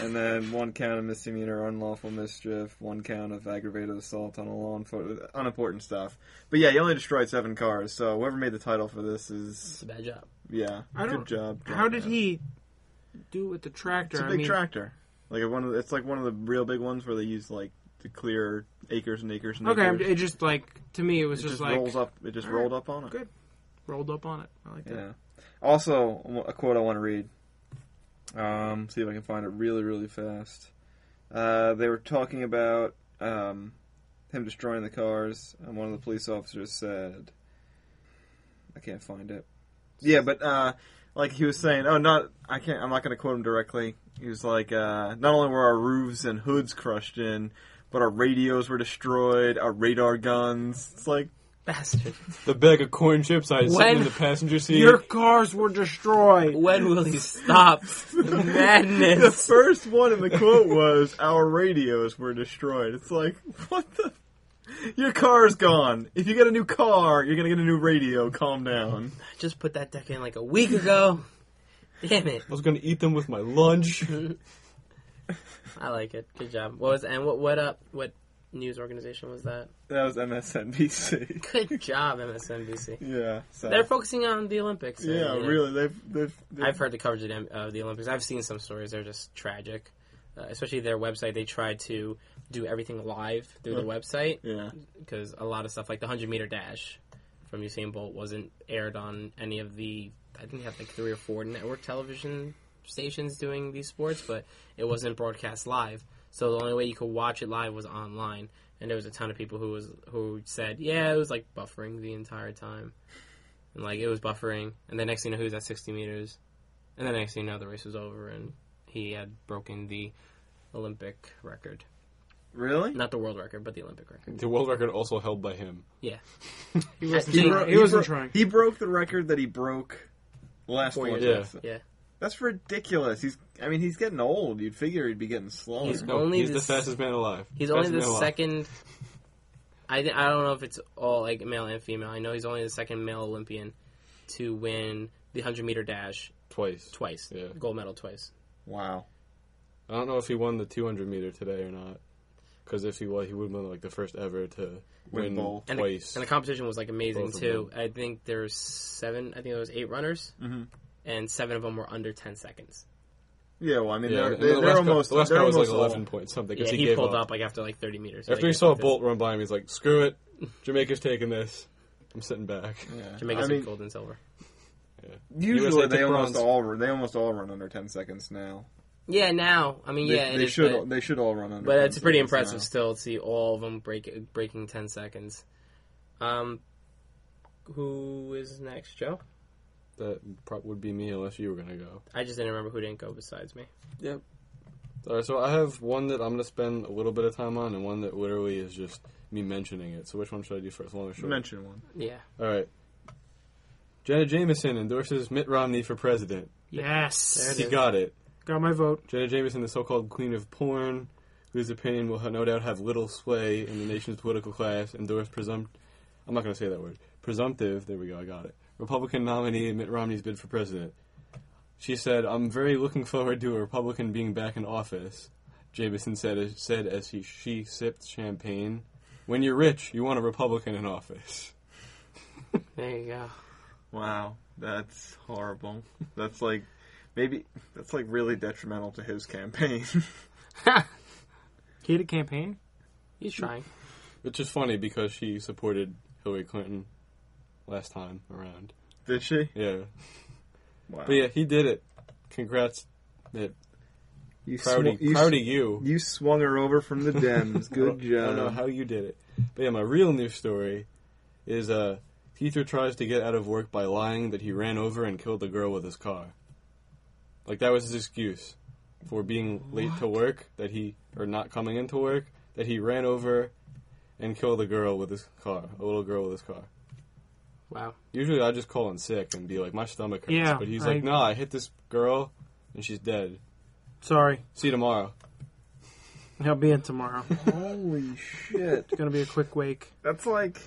S1: and then one count of misdemeanor unlawful mischief, one count of aggravated assault on a law enforcement, unimportant stuff. But yeah, he only destroyed seven cars. So whoever made the title for this is
S3: it's a bad job.
S1: Yeah.
S4: I don't-
S1: good job.
S4: How did
S1: Yeah.
S4: he do with the tractor?
S1: It's a
S4: I
S1: big
S4: mean,
S1: tractor. Like one of the, it's like one of the real big ones where they use like to clear acres and acres and
S4: Okay, I'm-
S1: acres.
S4: it just like to me, it was
S1: it
S4: just,
S1: just
S4: like
S1: rolls up. It just
S4: Alright,
S1: rolled up on it.
S4: good. rolled up on it. I like that.
S1: Yeah. Also, a quote I want to read. Um, see if I can find it really, really fast. Uh, they were talking about um, him destroying the cars, and one of the police officers said, "I can't find it." Yeah, but uh, like he was saying, "Oh, not I can't. I'm not going to quote him directly." He was like, uh, "Not only were our roofs and hoods crushed in, but our radios were destroyed, our radar guns." It's like,
S3: Bastard.
S2: The bag of corn chips I had
S3: When-
S2: sitting in the passenger seat.
S4: Your cars were destroyed.
S3: When will he stop?
S1: the
S3: Madness.
S1: first one in the quote was our radios were destroyed. It's like what the your car's gone. If you get a new car, you're gonna get a new radio. Calm down.
S3: I just put that deck in like a week ago. Damn it.
S2: I was gonna eat them with my lunch.
S3: I like it. Good job. What was and what what up? What news organization was that?
S1: That was MSNBC.
S3: Good job, MSNBC.
S1: yeah. So.
S3: They're focusing on the Olympics. so,
S1: yeah,
S3: you know.
S1: really. They've, they've, they've
S3: I've heard the coverage of the, of the Olympics. I've seen some stories. They're just tragic. Uh, especially their website, they tried to do everything live through the
S1: Yeah.
S3: website
S1: Yeah.
S3: because a lot of stuff like the hundred meter dash from Usain Bolt wasn't aired on any of the. I think they have like three or four network television stations doing these sports, but it wasn't broadcast live. So the only way you could watch it live was online, and there was a ton of people who was who said, "Yeah, it was like buffering the entire time." and like it was buffering. And the next thing you know, he was at 60 meters, and the next thing you know, the race was over, and he had broken the Olympic record,
S1: Really?
S3: not the world record, but the Olympic record.
S2: The world record also held by him.
S3: Yeah,
S4: He wasn't
S3: He
S4: trying.
S3: bro-
S4: he wasn't
S1: bro-
S4: trying.
S1: He broke the record that he broke last
S3: Four
S1: year.
S3: years
S2: Yeah.
S3: ago. Yeah,
S1: That's ridiculous. He's. I mean, he's getting old. You'd figure he'd be getting slower.
S3: He's-
S2: No,
S3: Only
S2: he's the
S3: this-
S2: fastest man alive.
S3: he's
S2: Fastest
S3: only the
S2: man alive.
S3: second. I thi- I don't know if it's all like male and female. I know he's only the second male Olympian to win the 100 meter dash
S2: twice.
S3: twice,
S2: Yeah.
S3: gold medal twice.
S1: Wow.
S2: I don't know if he won the 200 meter today or not. Because if he was, he would have been like the first ever to
S1: Win
S2: win,
S1: both.
S3: And
S2: twice.
S3: The, and the competition was like amazing
S2: Both of
S3: too. I think there was seven. I think there was eight runners,
S2: Mm-hmm.
S3: and seven of them were under 10 seconds.
S1: Yeah. Well, I mean,
S2: yeah,
S1: they're,
S2: and
S1: they're, they're
S2: the last guy-
S1: almost.
S2: the last
S1: they're
S2: guy was like
S1: almost all-
S2: 11 point something. 'cause
S3: Yeah, he,
S2: gave
S3: pulled up. like after like 30 meters.
S2: After
S3: Like,
S2: he saw
S3: it's-
S2: Bolt run by him, he's like, "Screw it, Jamaica's taking this. I'm sitting back."
S1: Yeah.
S3: Jamaica's
S1: I
S3: in
S1: mean,
S3: gold and silver.
S2: USA
S1: usually they
S2: took
S1: almost
S2: bronze.
S1: all run- they almost all run under ten seconds now.
S3: Yeah, now I mean,
S1: They,
S3: yeah, it
S1: they
S3: is,
S1: should
S3: But,
S1: they should all run under.
S3: but
S1: 10
S3: it's pretty
S1: seconds
S3: impressive
S1: now.
S3: still to see all of them break breaking 10 seconds. Um, who is next, Joe?
S2: That prob- would be me unless you were gonna go.
S3: I just didn't remember who didn't go besides me.
S2: All right, so I have one that I'm gonna spend a little bit of time on, and one that literally is just me mentioning it. So which one should I do first? Long or short?
S1: Mention one.
S3: Yeah.
S2: All right. Janet Jameson endorses Mitt Romney for president.
S3: There
S4: Yes,
S3: it
S2: He
S3: is.
S2: got it.
S4: got my vote.
S2: Janet Jameson, the so-called queen of porn, whose opinion will no doubt have little sway in the nation's political class, endorsed presumpt. I'm not going to say that word. Presumptive. There we go. I got it. Republican nominee Mitt Romney's bid for president. She said, "I'm very looking forward to a Republican being back in office." Jameson said, as, said as he she sipped champagne. When you're rich, you want a Republican in office.
S3: There you go.
S1: Wow, that's horrible. That's like maybe that's like really detrimental to his campaign.
S4: He had a campaign.
S3: He's trying.
S2: Which is funny because she supported Hillary Clinton last time around.
S1: Did she?
S2: Yeah.
S1: Wow.
S2: But yeah, he did it. Congrats, Mitt.
S1: you,
S2: Proud,
S1: sw- you, s-
S2: proud of you.
S1: you swung her over from the Dems. Good
S2: I don't know
S1: job.
S2: how you did it. But yeah, my real news story is uh, teacher tries to get out of work by lying that he ran over and killed a girl with his car. Like that was his excuse for being late to work that he or not coming into work that he ran over and killed a girl with his car, a little girl with his car.
S3: Wow.
S2: Usually I just call in sick and be like my stomach hurts,
S4: Yeah,
S2: but he's
S4: I-
S2: like, "No, I hit this girl and she's dead.
S4: Sorry,
S2: See you tomorrow."
S4: he'll be in tomorrow.
S1: Holy shit!
S4: It's gonna be a quick wake.
S1: That's like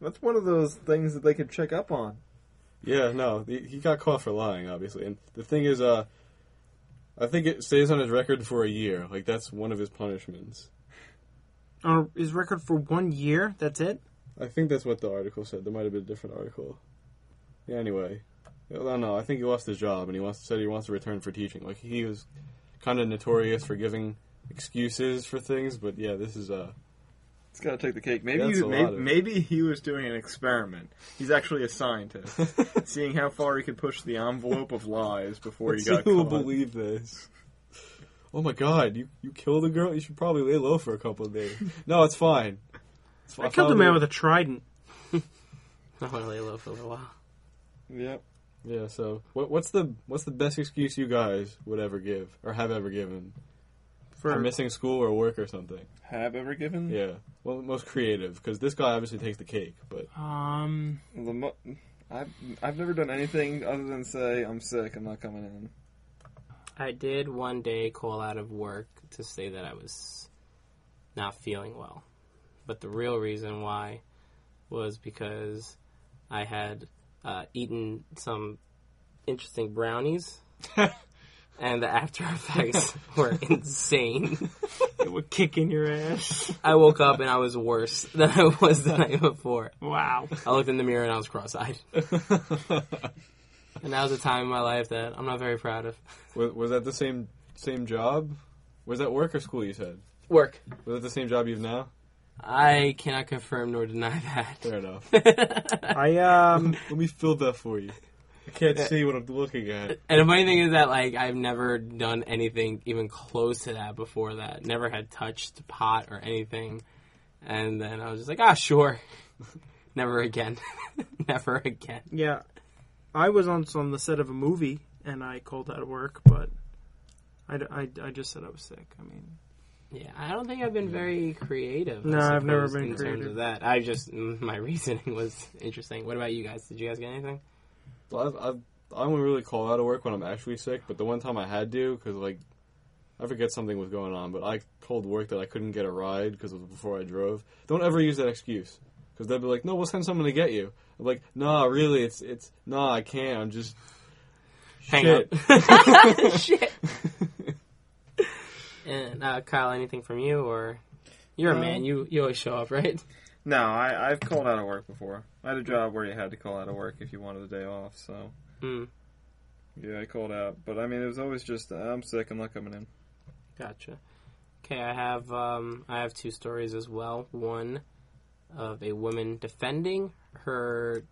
S1: that's one of those things that they could check up on.
S2: Yeah, no, he, he got caught for lying, obviously. And the thing is, uh, I think it stays on his record for a year. Like that's one of his punishments.
S4: Uh, his record for one year. That's it.
S2: I think that's what the article said. There might have been a different article. Yeah, anyway, I don't know. I think he lost his job, and he wants said he wants to return for teaching. Like he was kind of notorious for giving excuses for things, but yeah, this is uh,
S1: It's gotta take the cake. Maybe
S2: That's
S1: he,
S2: a lot
S1: maybe,
S2: of-
S1: maybe he was doing an experiment. He's actually a scientist, seeing how far he could push the envelope of lies before he
S2: Let's see
S1: got
S2: who will
S1: caught.
S2: believe this. Oh my god, you you killed a girl. You should probably lay low for a couple of days. No, it's fine. It's
S4: I killed a man with a trident.
S3: I want to lay low for a little while.
S1: Yep.
S2: Yeah. So, what, what's the what's the best excuse you guys would ever give or have ever given for
S4: For
S2: missing school or work or something?
S1: Have ever given?
S2: Yeah. Well, the most creative because this guy obviously takes the cake. But
S4: um,
S1: The mo- I've I've never done anything other than say I'm sick. I'm not coming in.
S3: I did one day call out of work to say that I was not feeling well. But the real reason why was because I had uh, eaten some interesting brownies, and the after effects were insane.
S4: it would kick in your ass.
S3: I woke up and I was worse than I was the night before.
S4: Wow.
S3: I looked in the mirror and I was cross eyed. And that was a time in my life that I'm not very proud of.
S2: was, was that the same same job? Was that work or school? You said
S3: Work.
S2: was that the same job you've now?
S3: I cannot confirm nor deny
S2: Fair enough.
S3: that.
S4: I um
S2: Let me fill that for you. I can't see what I'm looking at.
S3: and the funny thing is that like I've never done anything even close to that before that. Never had touched pot or anything. And then I was just like, ah, sure. Never again. Never again.
S4: yeah, I was on on the set of a movie and I called out of work, but I, d- I d- I just said I was sick. I mean,
S3: Yeah, I don't think I've been very creative. I
S4: No, I've never
S3: suppose,
S4: been
S3: in terms
S4: creative.
S3: of that. I just mm, my reasoning was interesting. What about you guys? Did you guys get anything?
S2: I've, I've, I only really call out of work when I'm actually sick, but the one time I had to, because, like, I forget something was going on, but I told work that I couldn't get a ride because it was before I drove. Don't ever use that excuse. Because they'll be like, no, we'll send someone to get you. I'm like, nah, really, it's, it's, nah, I can't, I'm just.
S3: Hang
S2: shit.
S3: up. Shit. And uh, Kyle, anything from you or you're a
S4: Um,
S3: man? You you always show up, right?
S1: No, I, I've called out of work before. I had a job where you had to call out of work if you wanted a day off, so.
S3: Mm,
S1: Yeah, I called out. But I mean, it was always just, "Uh, I'm sick, I'm not coming in.
S3: gotcha. Okay, I have um, I have two stories as well. One of a woman defending her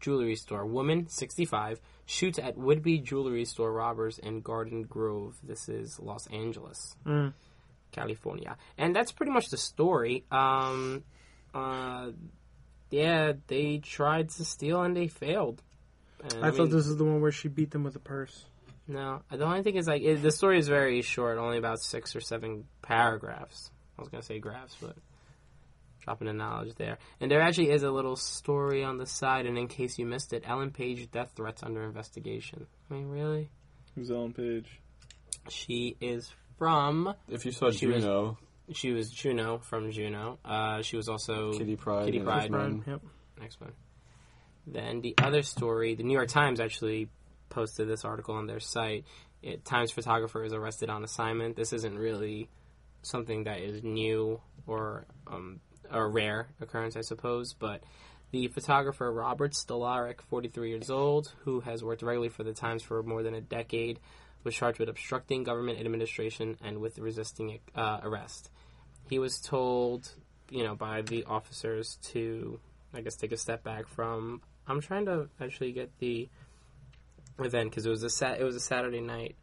S3: jewelry store. Woman, 65, shoots at would-be jewelry store robbers in Garden Grove. This is Los Angeles.
S4: mm,
S3: California. And that's pretty much the story. Um, uh, yeah, they tried to steal and they failed. And,
S4: I, thought
S3: mean,
S4: this is the one where she beat them with a purse.
S3: No, the only thing is like it, the story is very short, only about six or seven paragraphs. I was gonna say graphs, but dropping the knowledge there. And there actually is a little story on the side, and in case you missed it, Ellen Page death threats under investigation. I mean, really?
S1: Who's Ellen Page?
S3: She is from
S2: If you saw
S3: She was-
S2: Juno,
S3: she was Juno from Juno. Uh, she was also
S2: Kitty Pride,
S3: Kitty
S2: and
S3: Pryde.
S2: X-Men.
S4: Yep.
S3: Next one. Then the other story, the New York Times actually posted this article on their site. It, Times photographer is arrested on assignment. This isn't really something that is new or um, a rare occurrence, I suppose, but the photographer Robert Stolarek, 43 years old, who has worked regularly for the Times for more than a decade, was charged with obstructing government administration and with resisting uh, arrest. He was told, you know, by the officers to I guess take a step back from. I'm trying to actually get the event because it was a sat. It was a Saturday night.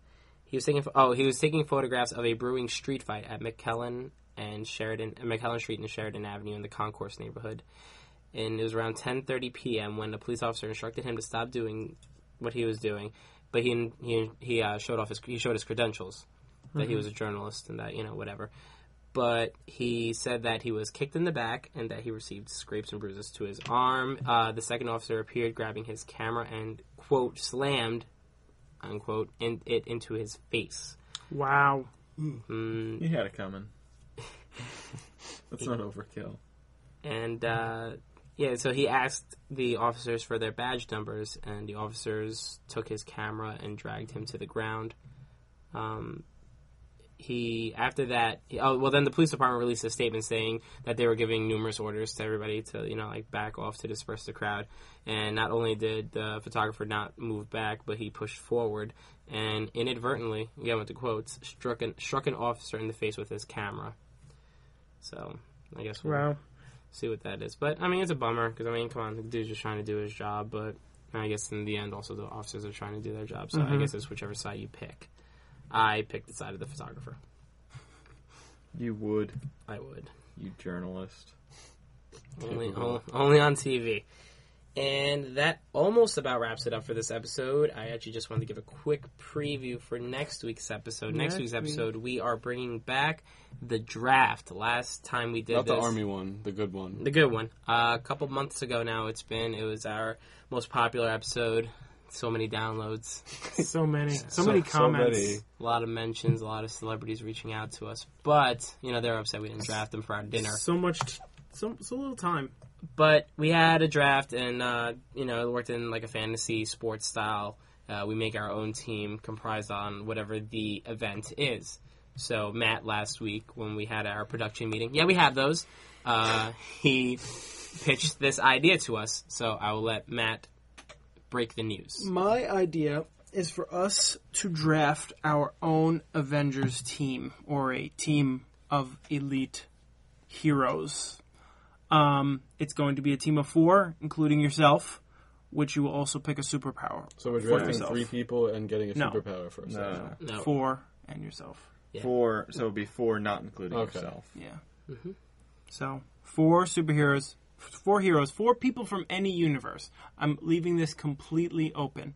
S3: He was taking. pho- Oh, he was taking photographs of a brewing street fight at McKellen and Sheridan, uh, McKellen Street and Sheridan Avenue in the Concourse neighborhood. And it was around 10:30 p.m. when the police officer instructed him to stop doing what he was doing, but he he he uh, showed off his he showed his credentials that he was a journalist and that you know whatever but he said that he was kicked in the back and that he received scrapes and bruises to his arm. Uh, the second officer appeared, grabbing his camera and quote slammed unquote in, it into his face.
S4: Wow.
S3: Mm,
S1: You had it coming. That's not overkill.
S3: and uh, yeah, so he asked the officers for their badge numbers, and the officers took his camera and dragged him to the ground. Um, he after that, he- oh well, then the police department released a statement saying that they were giving numerous orders to everybody to you know like back off to disperse the crowd, and not only did the photographer not move back, but he pushed forward and inadvertently, again with the quotes, struck an struck an officer in the face with his camera. So I guess we'll
S4: Wow.
S3: see what that is. But I mean, it's a bummer because I mean, come on, the dude's just trying to do his job. But I guess in the end, also the officers are trying to do their job. So
S2: Mm-hmm.
S3: I
S4: Mhm.
S3: guess it's whichever side you pick. I picked the side of the photographer.
S1: You would,
S3: I would
S1: you journalist.
S3: only
S2: Typical.
S3: on- only on TV. And that almost about wraps it up for this episode. I actually just wanted to give a quick preview for next week's episode. Next,
S4: Next
S3: week's
S4: week.
S3: episode, we are bringing back the draft. Last time we did
S2: Not the
S3: this-
S2: army one, the good one.
S3: The good one. Uh, a couple months ago now, it's been. It was our most popular episode. So many downloads,
S4: So many. So, many comments.
S2: many.
S3: a lot of mentions, a lot of celebrities reaching out to us. But, you know, they're upset we didn't draft them for our dinner.
S4: So much. t- So so little time.
S3: But we had a draft and, uh, you know, it worked in like a fantasy sports style. Uh, we make our own team comprised on whatever the event is. So, Matt, last week when we had our production meeting, yeah, we have those. Uh, he pitched this idea to us, so I will let Matt break the news.
S4: My idea is for us to draft our own Avengers team or a team of elite heroes. Um, it's going to be a team of four, including yourself, which you will also pick a superpower
S2: So we're drafting
S4: yourself.
S2: three people and getting a
S4: No.
S2: superpower for ourselves.
S1: No.
S3: No.
S4: for and yourself.
S3: Yeah.
S1: Four, Uh, so it'd be four, not including
S2: Okay.
S1: yourself.
S4: Yeah. Mm-hmm. So four superheroes, four heroes, four people from any universe. I'm leaving this completely open,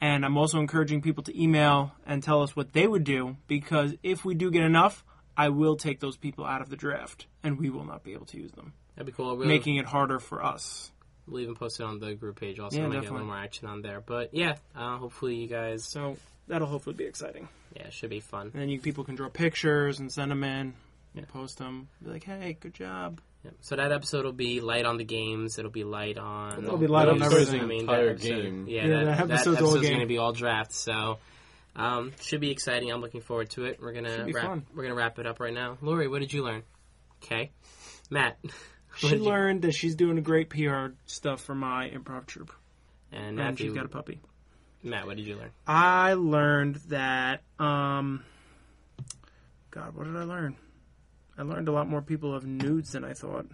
S4: and I'm also encouraging people to email and tell us what they would do because if we do get enough, I will take those people out of the draft, and we will not be able to use them,
S3: That'd be cool. We'll
S4: making it harder for us.
S3: we'll even post it on the group page. Also,
S4: Yeah,
S3: might get a
S4: definitely.
S3: little more action on there. But yeah, uh, hopefully you guys.
S4: So that'll hopefully be exciting.
S3: Yeah, it should be fun.
S4: And then you people can draw pictures and send them in,
S3: Yeah.
S4: and post them. Be like, hey, good job.
S3: Yeah. So that episode will be light on the games. It'll be light on.
S4: It'll be light on
S3: Yes,
S4: everything.
S3: that
S2: Entire
S3: episode-
S2: game.
S3: Yeah, that,
S4: Yeah, that
S3: that
S4: episode's
S3: episode's,
S4: all game.
S3: going to be all draft. So um, should be exciting. I'm looking forward to it. We're gonna
S4: Should be
S3: wrap.
S4: fun.
S3: We're gonna wrap it up right now. Lori, what did you learn? Okay, Matt. what
S4: She
S3: did you-
S4: learned that she's doing great PR stuff for my improv troupe,
S3: And
S4: and
S3: Matthew,
S4: she's got a puppy.
S3: Matt, what did you learn?
S4: I learned that. Um, God, what did I learn? I learned a lot more people have nudes than I thought,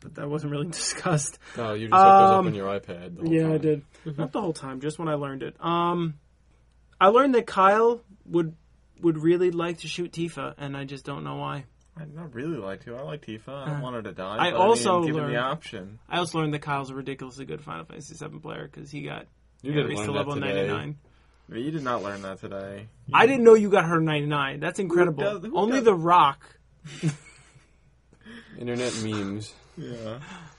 S4: but that wasn't really discussed.
S2: No, you just looked those up
S4: Um,
S2: on your iPad. The whole
S4: Yeah,
S2: time.
S4: I did.
S1: Mm-hmm.
S4: Not the whole time, just when I learned it. Um, I learned that Kyle would would really like to shoot Tifa, and I just don't know why.
S1: I'd not really like to. I like Tifa. I don't
S4: Uh,
S1: want her to die.
S4: I
S1: but I
S4: also
S1: mean, given
S4: learned-
S1: the option.
S4: I also learned that Kyle's a ridiculously good Final Fantasy VII player because he got
S2: You didn't
S4: raised to
S2: learn that
S4: level
S2: today.
S4: 99.
S1: But you did not learn that today.
S4: I didn't know you got her 99. That's incredible.
S1: does- who
S4: Only
S1: does-
S4: The Rock.
S2: Internet memes.
S1: Yeah.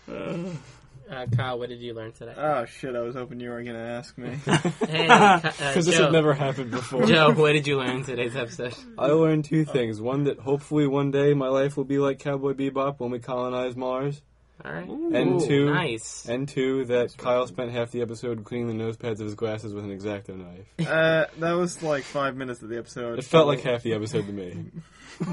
S3: Uh, Kyle, what did you learn today?
S1: Oh shit! I was hoping you were gonna ask me.
S3: hey, Ka- uh,
S2: Because this
S3: Joe.
S2: had never happened before.
S3: Joe, what did you learn in today's episode?
S2: I learned two things. One, that hopefully one day my life will be like Cowboy Bebop when we colonize Mars.
S3: All right.
S2: And two-
S3: Nice.
S2: And two, that Kyle spent half the episode cleaning the nose pads of his glasses with an exacto knife.
S1: uh, that was like five minutes of the episode.
S2: It felt like half the episode to me.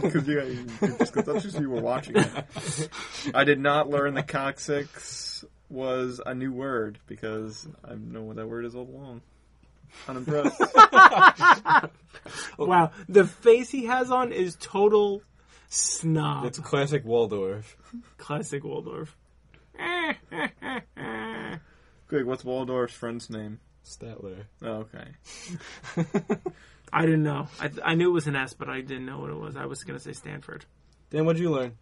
S1: because you, just 'cause that's just you were watching. It. I did not learn that coccyx was a new word because I've known what that word is all along. Unimpressed.
S4: Wow, the face he has on is total snob.
S2: It's classic Waldorf.
S4: classic Waldorf.
S1: Quick, what's Waldorf's friend's name?
S2: Statler.
S1: Oh, okay.
S4: I didn't know. I, I knew it was an S, but I didn't know what it was. I was going to say Stanford.
S2: Dan, what'd you learn?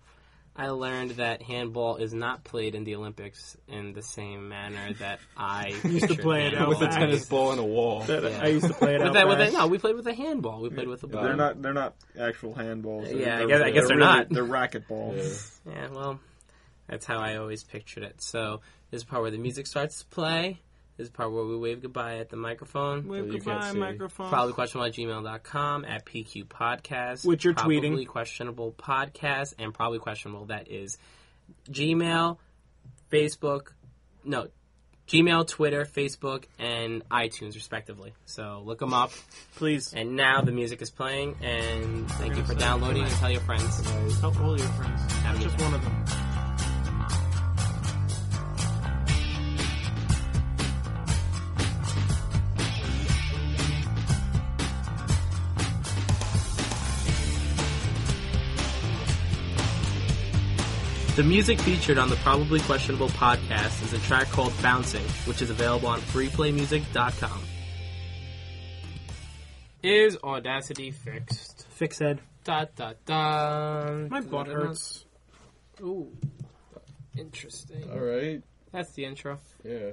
S3: I learned that handball is not played in the Olympics in the same manner that I used
S4: to play it out
S2: With a
S4: back.
S2: tennis ball and a wall.
S4: I used to play it out
S3: With that, with
S4: back.
S3: that, no, we played with a handball. We played with a ball.
S1: They're not. They're not actual handballs. They're-
S3: Yeah, I
S1: they're-
S3: guess- I guess they're not.
S1: They're racket balls.
S2: Yeah.
S3: Yeah, well, that's how I always pictured it. So this is the part where the music starts to play. This is the part where we wave goodbye at the microphone.
S4: Wave
S2: You can't
S4: goodbye,
S2: see.
S4: microphone.
S3: Probably questionable at gmail.com, at PQ Podcast.
S4: Which you're
S3: probably
S4: tweeting.
S3: questionable podcast, and probably questionable that is Gmail, Facebook, no, Gmail, Twitter, Facebook, and iTunes, respectively. So look them up.
S4: Please.
S3: And now the music is playing, and thank you for downloading and tell your friends.
S4: Help all your friends. Not just one of them.
S3: The music featured on the Probably Questionable podcast is a track called Bouncing, which is available on freeplaymusic.com. Is Audacity fixed?
S4: Fix Ed.
S3: Da da da.
S4: My butt hurts.
S3: Ooh. Interesting.
S2: Alright.
S3: That's the intro.
S2: Yeah.